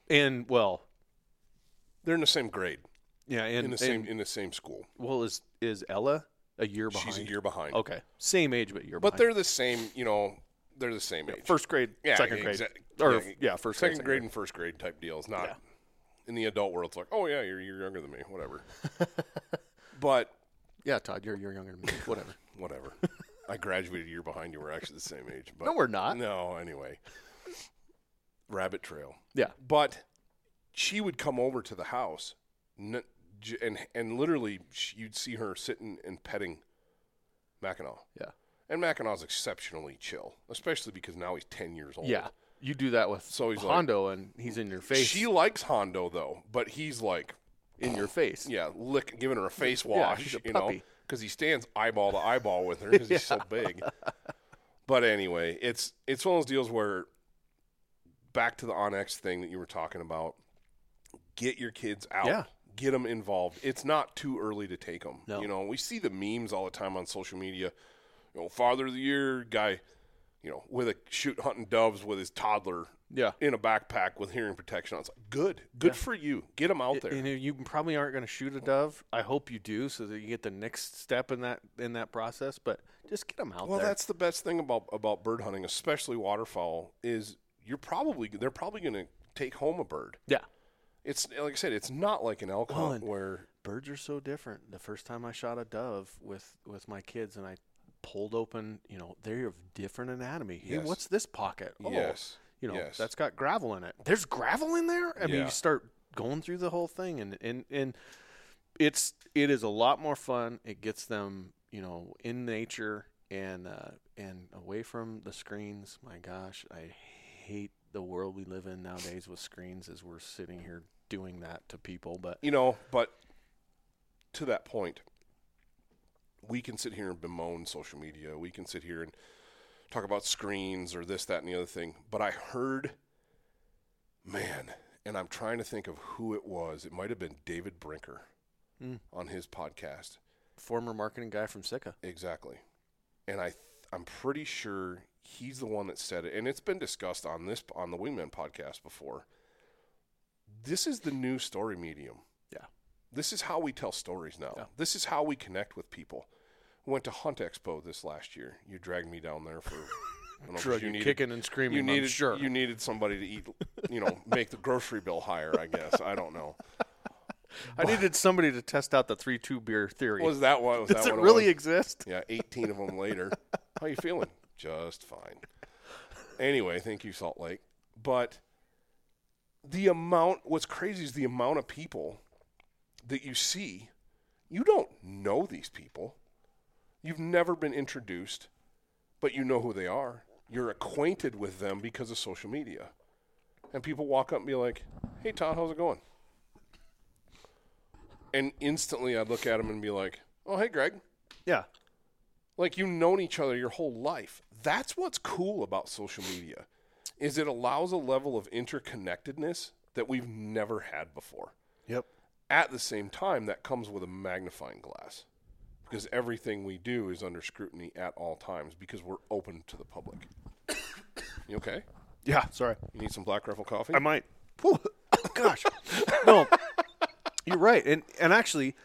and well,
They're in the same grade,
yeah, and,
in the
and-
same in the same school.
well, is is Ella a year behind?
She's a year behind.
Okay, same age, but year
But
behind.
they're the same, you know, they're the same age.
first grade,
Yeah,
second grade,
exact-
or
yeah,
yeah, first
second
grade,
grade and first grade type deals. Not
Yeah.
in the adult world. It's like, oh yeah, you're, you're younger than me, whatever. but
Yeah, Todd, you're you're younger than me. Whatever.
whatever. I graduated a year behind you. We're actually the same age. But
no, we're not.
no, anyway. Rabbit trail.
Yeah.
But she would come over to the house, n- j- and and literally sh- you'd see her sitting and petting Mackinaw.
Yeah.
And Mackinaw's exceptionally chill, especially because now he's ten years old.
Yeah. You do that with
So he's like-
Hondo and he's in your face.
She likes Hondo though, but he's like,
in your face.
yeah, lick, giving her a face
Yeah,
wash,
he's a
you know,
puppy.
because he stands eyeball to eyeball with her because he's so big. But anyway, it's it's one of those deals where back to the Onyx thing that you were talking about. Get your kids out.
Yeah.
Get them involved. It's not too early to take them.
No.
You know, we see the memes all the time on social media. You know, father of the year guy, you know, with a shoot hunting doves with his toddler
Yeah.
in a backpack with hearing protection. on. It's like, good, good for you. Get them out there.
You know, you probably aren't going to shoot a dove. I hope you do, so that you get the next step in that in that process. But just get them out
well,
there.
that's the best thing about about bird hunting, especially waterfowl, is you're probably they're probably going to take home a bird.
yeah.
It's like I said, it's not like an elk
Well,
hunt
and-
where
Birds are so different. The first time I shot a dove with with my kids, and I pulled open, you know, they're of different anatomy. Hey,
Yes.
what's this pocket? Oh,
Yes.
you know,
Yes.
that's got gravel in it. There's gravel in there. I mean,
Yeah.
you start going through the whole thing, and and and it's it is a lot more fun. It gets them, you know, in nature and uh, and away from the screens. My gosh, I hate the world we live in nowadays with screens. As we're sitting here doing that to people, but
you know, but to that point, we can sit here and bemoan social media. We can sit here and talk about screens or this, that, and the other thing. But I heard, man, and I'm trying to think of who it was. It might have been David Brinker
Mm.
on his podcast.
former marketing guy from Sica.
Exactly. And I th- I'm pretty sure he's the one that said it and it's been discussed on this on the Wingman podcast before. This is the new story medium.
Yeah.
This is how we tell stories now.
Yeah.
This is how we connect with people. Went to Hunt Expo this last year. You dragged me down there for I don't know, 'cause
Drug
Oh, you
you
needed-
kicking and screaming.
you needed
I'm sure.
you needed somebody to eat, you know, make the grocery bill higher, I guess. I don't know.
I needed somebody to test out the three-two beer theory.
Was that what was
Does
that
it
what
really
was?
exist?
Yeah, 18 of them later. How you feeling? Just fine. Anyway, thank you, Salt Lake. But the amount, what's crazy is the amount of people that you see. You don't know these people. You've never been introduced, but you know who they are. You're acquainted with them because of social media. And people walk up and be like, hey, Todd, how's it going? And instantly I'd look at them and be like, oh, hey, Greg.
Yeah.
Like you've known each other your whole life. That's what's cool about social media, is it allows a level of interconnectedness that we've never had before.
Yep.
At the same time, that comes with a magnifying glass, because everything we do is under scrutiny at all times because we're open to the public. you okay?
Yeah. Sorry.
You need some Black Rifle coffee?
I might. Whew. Gosh, no, you're right. And and actually,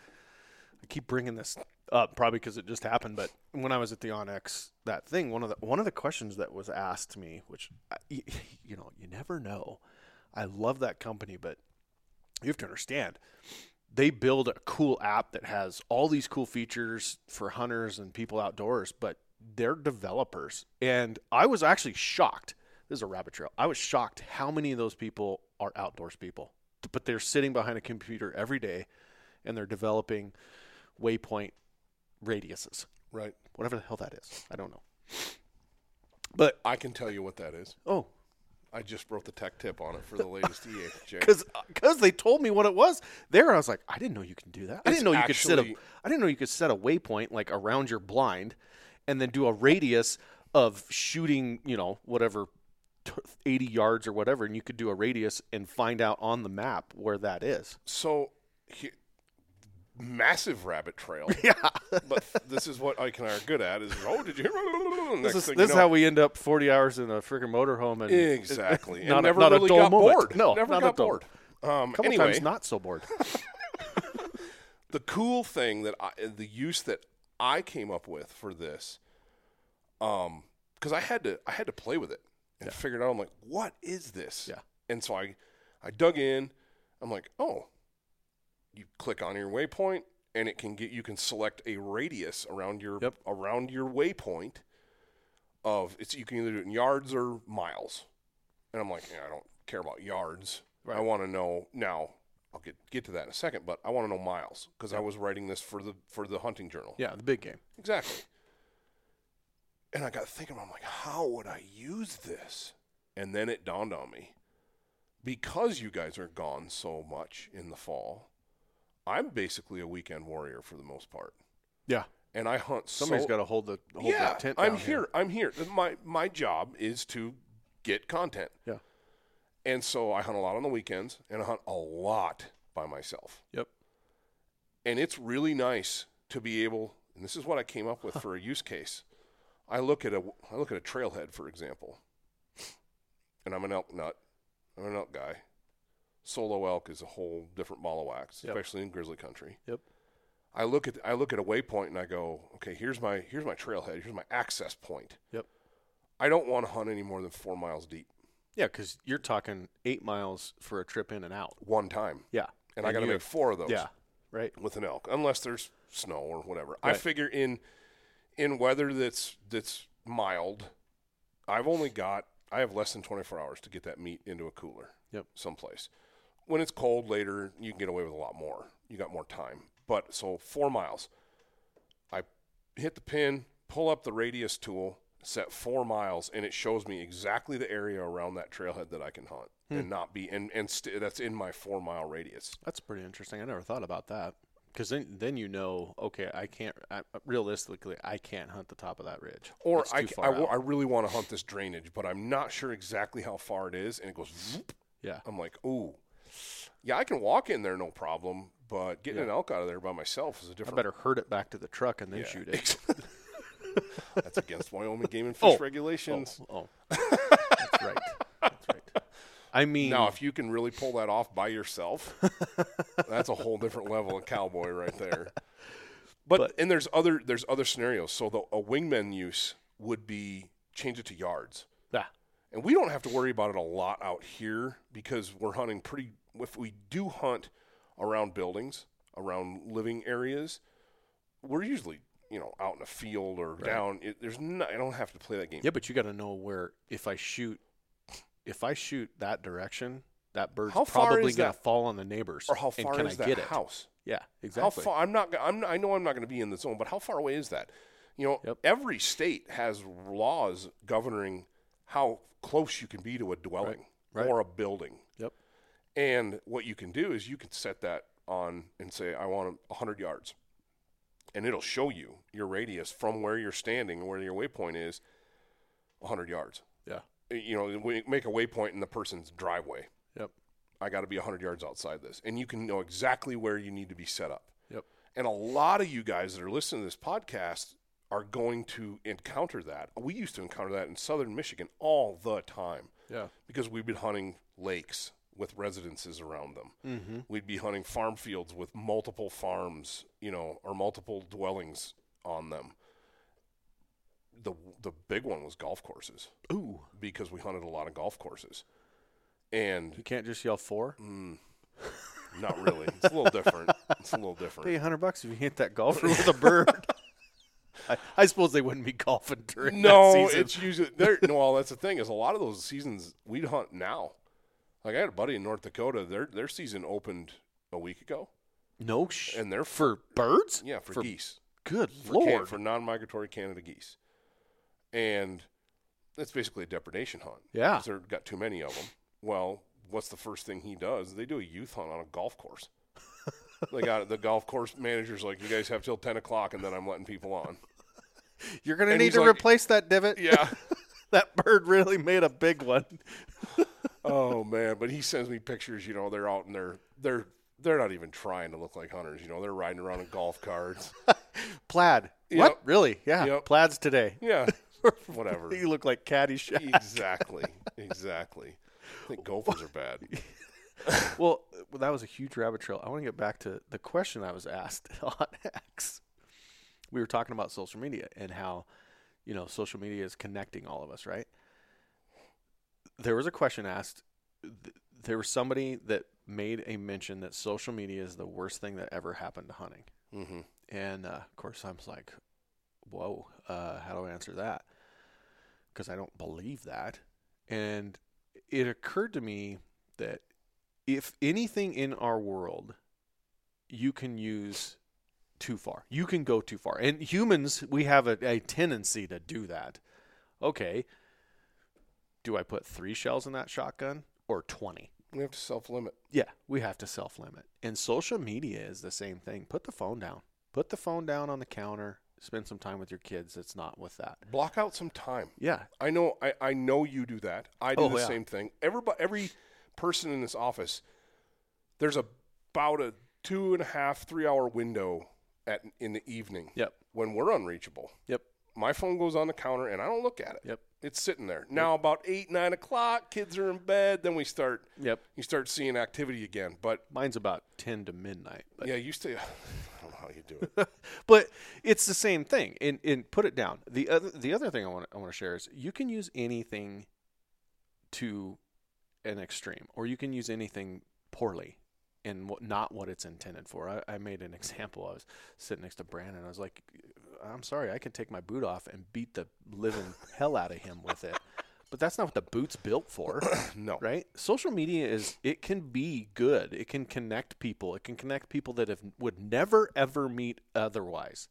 I keep bringing this up probably because it just happened. But when I was at the Onyx, that thing one of the one of the questions that was asked me, which I, you, you know, you never know. I love that company, but you have to understand they build a cool app that has all these cool features for hunters and people outdoors, but they're developers. And I was actually shocked. This is a rabbit trail. I was shocked how many of those people are outdoors people, but they're sitting behind a computer every day and they're developing waypoint radiuses,
right.
whatever the hell that is. I don't know. But
I can tell you what that is.
oh,
I just wrote the tech tip on it for the latest E EHJ.
because uh, they told me what it was there. I was like, I didn't know you can do that. I
It's
didn't know you could set a
actually-
I didn't know you could set a waypoint like around your blind, and then do a radius of shooting. You know, whatever, t- eighty yards or whatever, and you could do a radius and find out on the map where that is.
so he, massive rabbit trail. Yeah, but this is what Ike and I are good at. Is oh, did you hear?
This
Next
is,
thing
this
you
is
know-
how we end up forty hours in a freaking motorhome and
exactly.
Not
and
a-
never
not a
really
dull
got
moment.
bored.
No,
never
not a
got
dull-
bored. Um,
couple
anyway,
times not so bored.
the cool thing that I, the use that I came up with for this, um, because I had to I had to play with it and figure it out. I'm like, what is this?
Yeah.
And so I, I dug in. I'm like, oh, you click on your waypoint and it can get you can select a radius around your
Yep.
around your waypoint of it's you can either do it in yards or miles. And I'm like, "Yeah, I don't care about yards. I want to know now. I'll get get to that in a second, but I want to know miles because I was writing this for the for the hunting journal.
yeah, the big game.
Exactly. And I got thinking, I'm like, how would I use this? And then it dawned on me because you guys are gone so much in the fall, I'm basically a weekend warrior for the most part.
Yeah,
And I hunt
somebody's
so,
got to hold the hold
yeah,
the tent.
I'm
down
here. I'm here. My my job is to get content.
Yeah.
And so I hunt a lot on the weekends and I hunt a lot by myself.
Yep.
And it's really nice to be able and this is what I came up with for a use case. I look at a I look at a trailhead for example. And I'm an elk nut. I'm an elk guy. Solo elk is a whole different ball of wax,
Yep.
especially in grizzly country.
Yep.
I look at I look at a waypoint and I go, okay, here's my here's my trailhead, here's my access point.
Yep.
I don't want to hunt any more than four miles deep
Yeah, because you're talking eight miles for a trip in and out.
one time,
Yeah,
and, I got to
you-
make four of those.
Yeah, right.
with an elk, unless there's snow or whatever. I
Right.
figure in in weather that's that's mild, I've only got I have less than 24 hours to get that meat into a cooler.
Yep.
Someplace. When it's cold later, you can get away with a lot more. You got more time. But so 4 miles. I hit the pin, pull up the radius tool, set 4 miles and it shows me exactly the area around that trailhead that I can hunt
Hmm.
and not be and and st- that's in my 4 mile radius.
That's pretty interesting. I never thought about that. Because then, then you know, okay, I can't. I, uh, realistically, I can't hunt the top of that ridge.
Or
It's
I,
too
c-
far
I w-
out.
I really want to hunt this drainage, but I'm not sure exactly how far it is. And it goes, zoop.
yeah,
I'm like, ooh, yeah, I can walk in there no problem, but getting an elk out of there by myself is a
I
different.
better herd it back to the truck and then
Yeah.
shoot it.
That's against Wyoming game and fish
Oh. oh,
regulations.
oh. that's right. That's right. I mean,
Now, if you can really pull that off by yourself, that's a whole different level of cowboy right there. But,
But-
and there's other there's other scenarios. So the a wingman use would be change it to yards.
yeah,
And we don't have to worry about it a lot out here because we're hunting pretty. If we do hunt around buildings, around living areas, we're usually you know out in a field or down. It, there's no, I don't have to play that game.
yeah, but you got to know where. If I shoot, if I shoot that direction, that bird's
How far
probably
is
gonna
that-
fall on the neighbors.
Or how
and
far
can
is
I
that
get it?
house?
Yeah, exactly.
How far? I'm not. g- I'm. I know I'm not going to be in the zone, but how far away is that? You know,
Yep.
every state has laws governing how close you can be to a dwelling
Right.
or a building.
Yep.
And what you can do is you can set that on and say, I want 100 yards. And it'll show you your radius from where you're standing and where your waypoint is 100 yards.
Yeah.
You know, we make a waypoint in the person's driveway.
Yep.
I got to be 100 yards outside this. And you can know exactly where you need to be set up.
Yep.
And a lot of you guys that are listening to this podcast are going to encounter that. We used to encounter that in southern Michigan all the time
Yeah.
because we've been hunting lakes with residences around them. We'd be hunting farm fields with multiple farms, you know, or multiple dwellings on them. The the big one was golf courses
Ooh,
because we hunted a lot of golf courses.
you
And
can't just yell four.
Mm. not really. It's a little different. It's a little
pay
different.
a hundred bucks if you hit that golfer with a bird. I, I suppose they wouldn't be golfing during
No,
that season.
it's usually there. No, well, that's the thing is a lot of those seasons we'd hunt now. Like I had a buddy in North Dakota. Their their season opened a week ago,
no, sh-
and they're
for birds.
yeah for geese.
Good
for can-
lord,
for non-migratory Canada geese. And That's basically a depredation hunt.
Yeah.
'cause They've got too many of them. Well, what's the first thing he does? They do a youth hunt on a golf course. they got the golf course manager's like, you guys have till ten o'clock, and then I'm letting people on.
You're gonna
And
need
he's
to
like-
replace that divot.
Yeah.
that bird really made a big one.
oh man, but he sends me pictures. You know, they're out and they're they're they're not even trying to look like hunters. You know, they're riding around in golf carts.
Plaid.
Yep.
What? Really? Yeah.
Yep.
Plaids today.
Yeah, whatever.
You look like Caddyshack.
exactly, exactly. I think gophers are bad.
well, well, that was a huge rabbit trail. I want to get back to the question I was asked on X. We were talking about social media and how, you know, social media is connecting all of us, right? There was a question asked. Th- There was somebody that made a mention that social media is the worst thing that ever happened to hunting.
hmm
And uh, of course, I'm like, whoa, uh, how do I answer that? Because I don't believe that. And it occurred to me that if anything in our world you can use too far, you can go too far. And humans, we have a, a tendency to do that. Okay, do I put three shells in that shotgun or 20?
We have to self limit.
Yeah, we have to self limit. And social media is the same thing. Put the phone down. Put the phone down on the counter. Spend some time with your kids. It's not with that.
Block out some time.
Yeah.
I know. I, I know you do that. I do
Oh,
the
yeah.
same thing. Everybody, every person in this office, there's about a two and a half, three hour window at in the evening
Yep.
when we're unreachable.
Yep.
My phone goes on the counter and I don't look at it.
Yep.
It's sitting there now. About eight, nine o'clock, kids are in bed. Then we start.
Yep.
You start seeing activity again. But,
Mine's about 10 to midnight. But
yeah, you stay. I don't know how you do it.
but it's the same thing. And, and put it down. The other the other thing I want to, I want to share is you can use anything to an extreme, or you can use anything poorly and what, not what it's intended for. I, I made an example. I was sitting next to Brandon. I was like, "I'm sorry, I can take my boot off and beat the living hell out of him with it." But that's not what the boot's built for.
no.
right? Social media is it can be good. It can connect people. It can connect people that have, would never ever meet otherwise.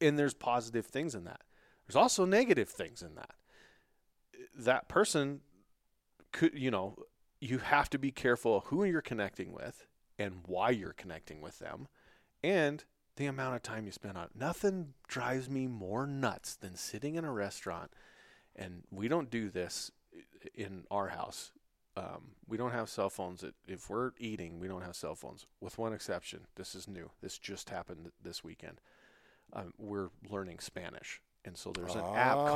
And there's positive things in that. There's also negative things in that. That person could, you know, you have to be careful who you're connecting with and why you're connecting with them and the amount of time you spend on it. Nothing drives me more nuts than sitting in a restaurant and we don't do this i- in our house. Um, we don't have cell phones. If- If we're eating, we don't have cell phones, with one exception. This is new. This just happened this weekend. Um, we're learning Spanish, and so there's an app
Ah.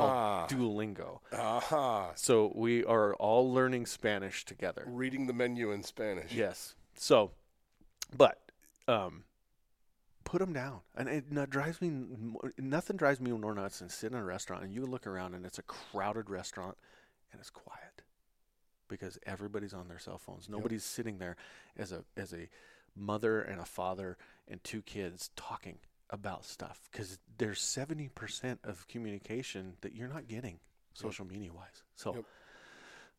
called Duolingo.
Aha.
So we are all learning Spanish together.
Reading the menu in Spanish.
Yes. So, but um, put them down, and it, no- drives me n- mo- nothing drives me more nuts than sitting in a restaurant and you look around and it's a crowded restaurant and it's quiet because everybody's on their cell phones. Nobody's sitting there as a as a mother and a father and two kids talking about stuff because there's seventy percent of communication that you're not getting social media wise. So.
Yep.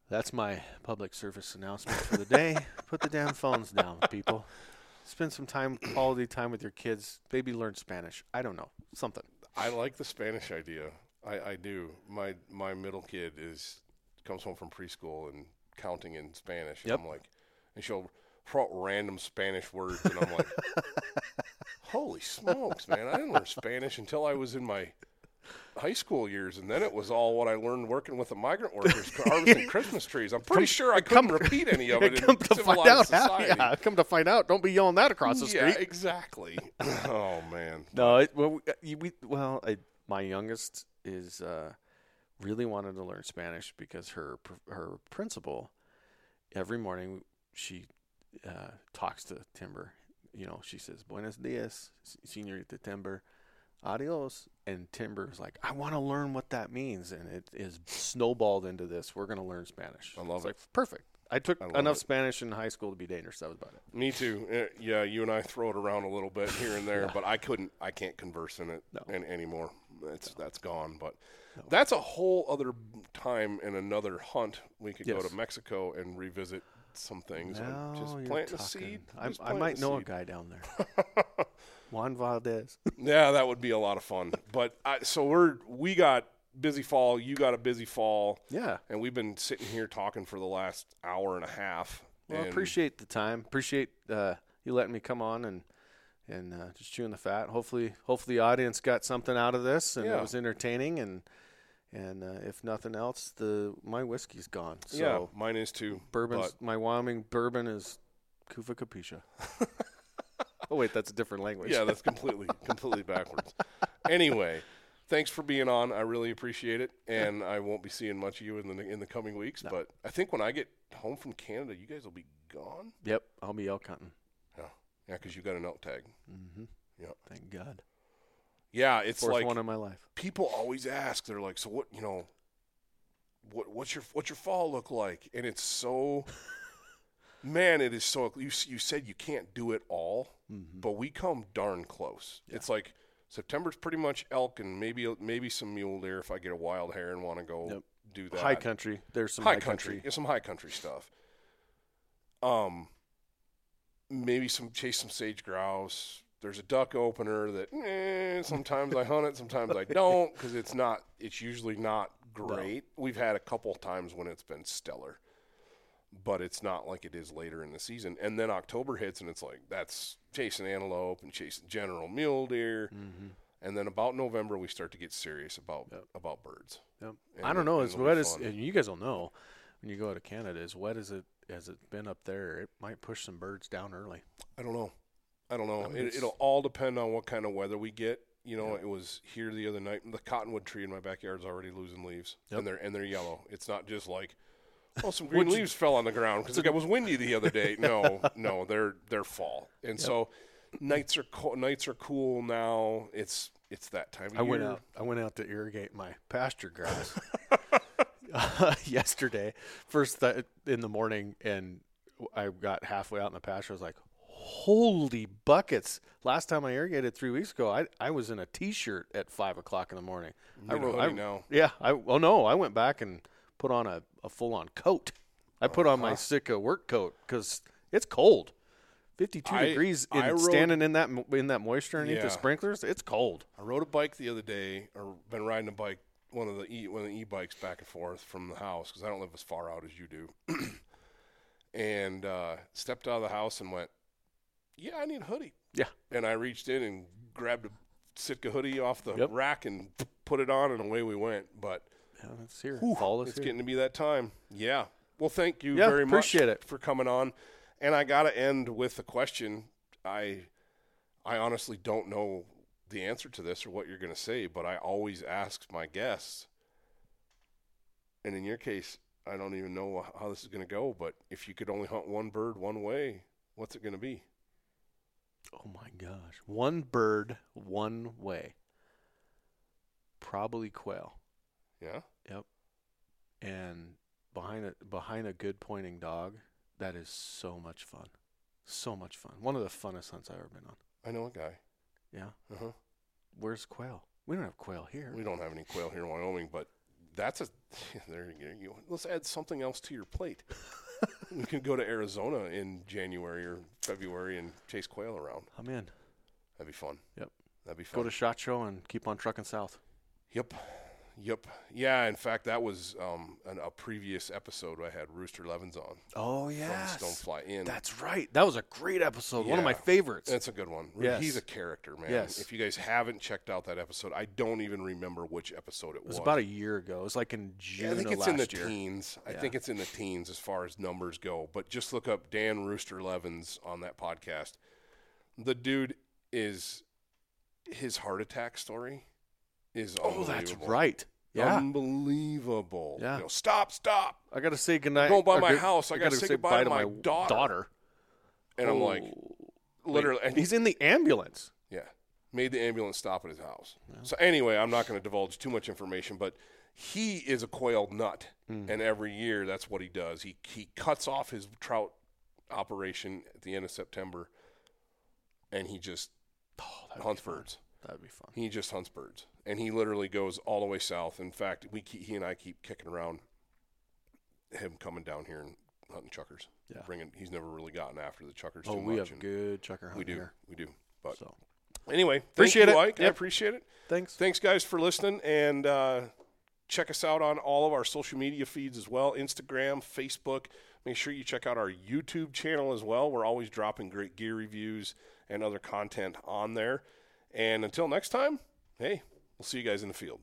That's my public service announcement for the day. Put the damn phones down, people. Spend some time, quality time with your kids. Maybe learn Spanish. I don't know. Something.
I like the Spanish idea. I, I do. My my middle kid is comes home from preschool and counting in Spanish.
Yep.
And I'm like, and she'll throw out random Spanish words, and I'm like, holy smokes, man! I didn't learn Spanish until I was in my high school years, and then it was all what I learned working with the migrant workers harvesting Christmas trees. I'm pretty sure I couldn't repeat any of it in
come to find
civilized
out.
society.
yeah, come to find out. Don't be yelling that across the street.
Yeah, exactly. oh man.
No, it, well, we, uh, you- we well, I, my youngest is uh, really wanted to learn Spanish because her pr- her principal every morning she uh, talks to Timber. You know, she says "Buenos dias, s- señorita Timber, adios," and Timber is like, "I want to learn what that means," and it is snowballed into this. We're going to learn Spanish.
I love
It's
it.
Like perfect. I took
love
enough
it.
Spanish in high school to be dangerous. That was about it.
Me too. Uh, Yeah, you and I throw it around a little bit here and there, but I couldn't. I can't converse in it an- anymore. That's that's gone. But that's a whole other time and another hunt. We could go
Yes.
to Mexico and revisit some things. I'm
Now
just
you're
planting a
talking.
seed.
I,
Just
I
planting
might
a
know a
seed.
guy down there. Juan Valdez.
Yeah, that would be a lot of fun. But I, so we're we got busy fall. You got a busy fall.
Yeah.
And we've been sitting here talking for the last hour and a half.
Well, I
and
appreciate the time. Appreciate uh, you letting me come on and and uh, just chewing the fat. Hopefully, hopefully the audience got something out of this and
Yeah.
it was entertaining. And and uh, if nothing else, the my whiskey's gone. So
yeah, mine is too.
bourbon's
but-
my Wyoming bourbon is Kufa Kapisha. oh wait, that's a different language.
Yeah, that's completely completely backwards. Anyway, thanks for being on. I really appreciate it, and I won't be seeing much of you in the in the coming weeks. But I think when I get home from Canada, you guys will be gone.
Yep, I'll be elk hunting. Mm-hmm.
Yeah, yeah, because you got an elk tag.
Thank God.
Yeah, it's
Fourth
like
one in my life.
people always ask. They're like, "So what? You know, what what's your what's your fall look like?" And it's so, man, it is so. You s- you said you can't do it all,
Mm-hmm.
but we come darn close. It's like September's pretty much elk and maybe maybe some mule deer if I get a wild hare and want to go
Yep.
do that
High country. There's some
high country. Yeah, some high country stuff. Um, maybe some chase some sage grouse. There's a duck opener that eh, sometimes I hunt it, sometimes I don't because it's not. It's usually not great. We've had a couple times when it's been stellar, but it's not like it is later in the season. And then October hits, and it's like that's chasing antelope and chasing general mule deer. And then about November, we start to get serious about about birds.
Yep.
And
I don't know.
it-
As
it'll be
wet as
fun.
and you guys will know when you go to Canada, as wet as it as it's been up there, it might push some birds down early.
I don't know. I don't know.
mean,
it,
it's-
it'll all depend on what kind of weather we get. You know, it was here the other night. and The cottonwood tree in my backyard's already losing leaves,
Yep.
and they're and they're yellow. It's not just like, oh, some green
Would you-
leaves fell on the ground because it was windy the other day. No, no, they're they're fall, and so nights are co- nights are cool now. It's it's that time of
I
year.
went out. I went out to irrigate my pasture grass yesterday. First th- in the morning, and I got halfway out in the pasture. I was like, "Holy buckets!" Last time I irrigated three weeks ago, I I was in a t-shirt at five o'clock in the morning. I
in a
ro-
hoodie
I-
now.
Yeah. I oh no, I went back and put on a, a full on coat. I put on my Sika work coat because it's cold. 52
I-
degrees in,
I rode-
standing in that mo- in that moisture underneath
Yeah.
the sprinklers. It's cold.
I rode a bike the other day, or been riding a bike, one of the e, one of the e-bikes back and forth from the house because I don't live as far out as you do. and uh, stepped out of the house and went, "Yeah, I need a hoodie."
Yeah.
And I reached in and grabbed a Sitka hoodie off the
Yep.
rack and put it on, and away we went. But
Yeah, it's here.
Whew,
Fall is
it's
here.
getting to be that time. Yeah. Well, thank you
Yeah,
very
appreciate
much
it.
for coming on. And I got to end with a question. I I honestly don't know the answer to this or what you're going to say, but I always ask my guests. And in your case, I don't even know how this is going to go, but if you could only hunt one bird one way, what's it going to be?
oh my gosh. One bird, one way. Probably quail.
Yeah.
Yep. And behind a behind a good pointing dog, that is so much fun. So much fun. One of the funnest hunts I've ever been on.
I know a guy.
Yeah.
Uh-huh.
Where's quail? We don't have quail here.
We don't have any quail here in Wyoming, but that's a there you go. Let's add something else to your plate. we can go to Arizona in January or February and chase quail around.
I'm in.
That'd be fun.
Yep.
That'd be
Go
fun.
to Shot Show and keep on trucking south.
yep. Yep. Yeah, in fact that was um an, a previous episode I had Rooster Levens on
Oh
from Stonefly Inn.
That's right. That was a great episode. One of my
Yeah.
favorites.
That's a good one.
Yes.
He's a character, man.
Yes.
If you guys haven't checked out that episode, I don't even remember which episode it
It was about a year ago. It was like in June
I think
of
it's
last
in the
year.
teens. I
Yeah.
think it's in the teens as far as numbers go. But just look up Dan Rooster Levens on that podcast. The dude is his heart attack story is
Oh, that's
unbelievable.
right. Yeah.
unbelievable.
Yeah.
You know, stop, stop.
I gotta say goodnight.
Going by
or
my
good-
house, I gotta say goodbye to my daughter. And I'm like,
Oh,
literally, and
wait, he's in the ambulance.
Yeah. Made the ambulance stop at his house. So anyway, I'm not going to divulge too much information, but he is a quail nut,
Mm.
and every year that's what he does. He he cuts off his trout operation at the end of September, and he just hunts birds.
That'd be fun.
He just hunts birds, and he literally goes all the way south. In fact, we keep, he and I keep kicking around him coming down here and hunting chuckers.
Yeah.
bringing he's never really gotten after the chuckers
Oh,
too
we
much.
have
and
good chucker hunt
we do,
here.
we do. But
So
anyway, thank
Appreciate
you,
it.
Ike. I
Yep.
appreciate it.
thanks.
Thanks, guys, for listening, and uh, Check us out on all of our social media feeds as well Instagram, Facebook. Make sure you check out our YouTube channel as well. We're always dropping great gear reviews and other content on there. And until next time, hey, we'll see you guys in the field.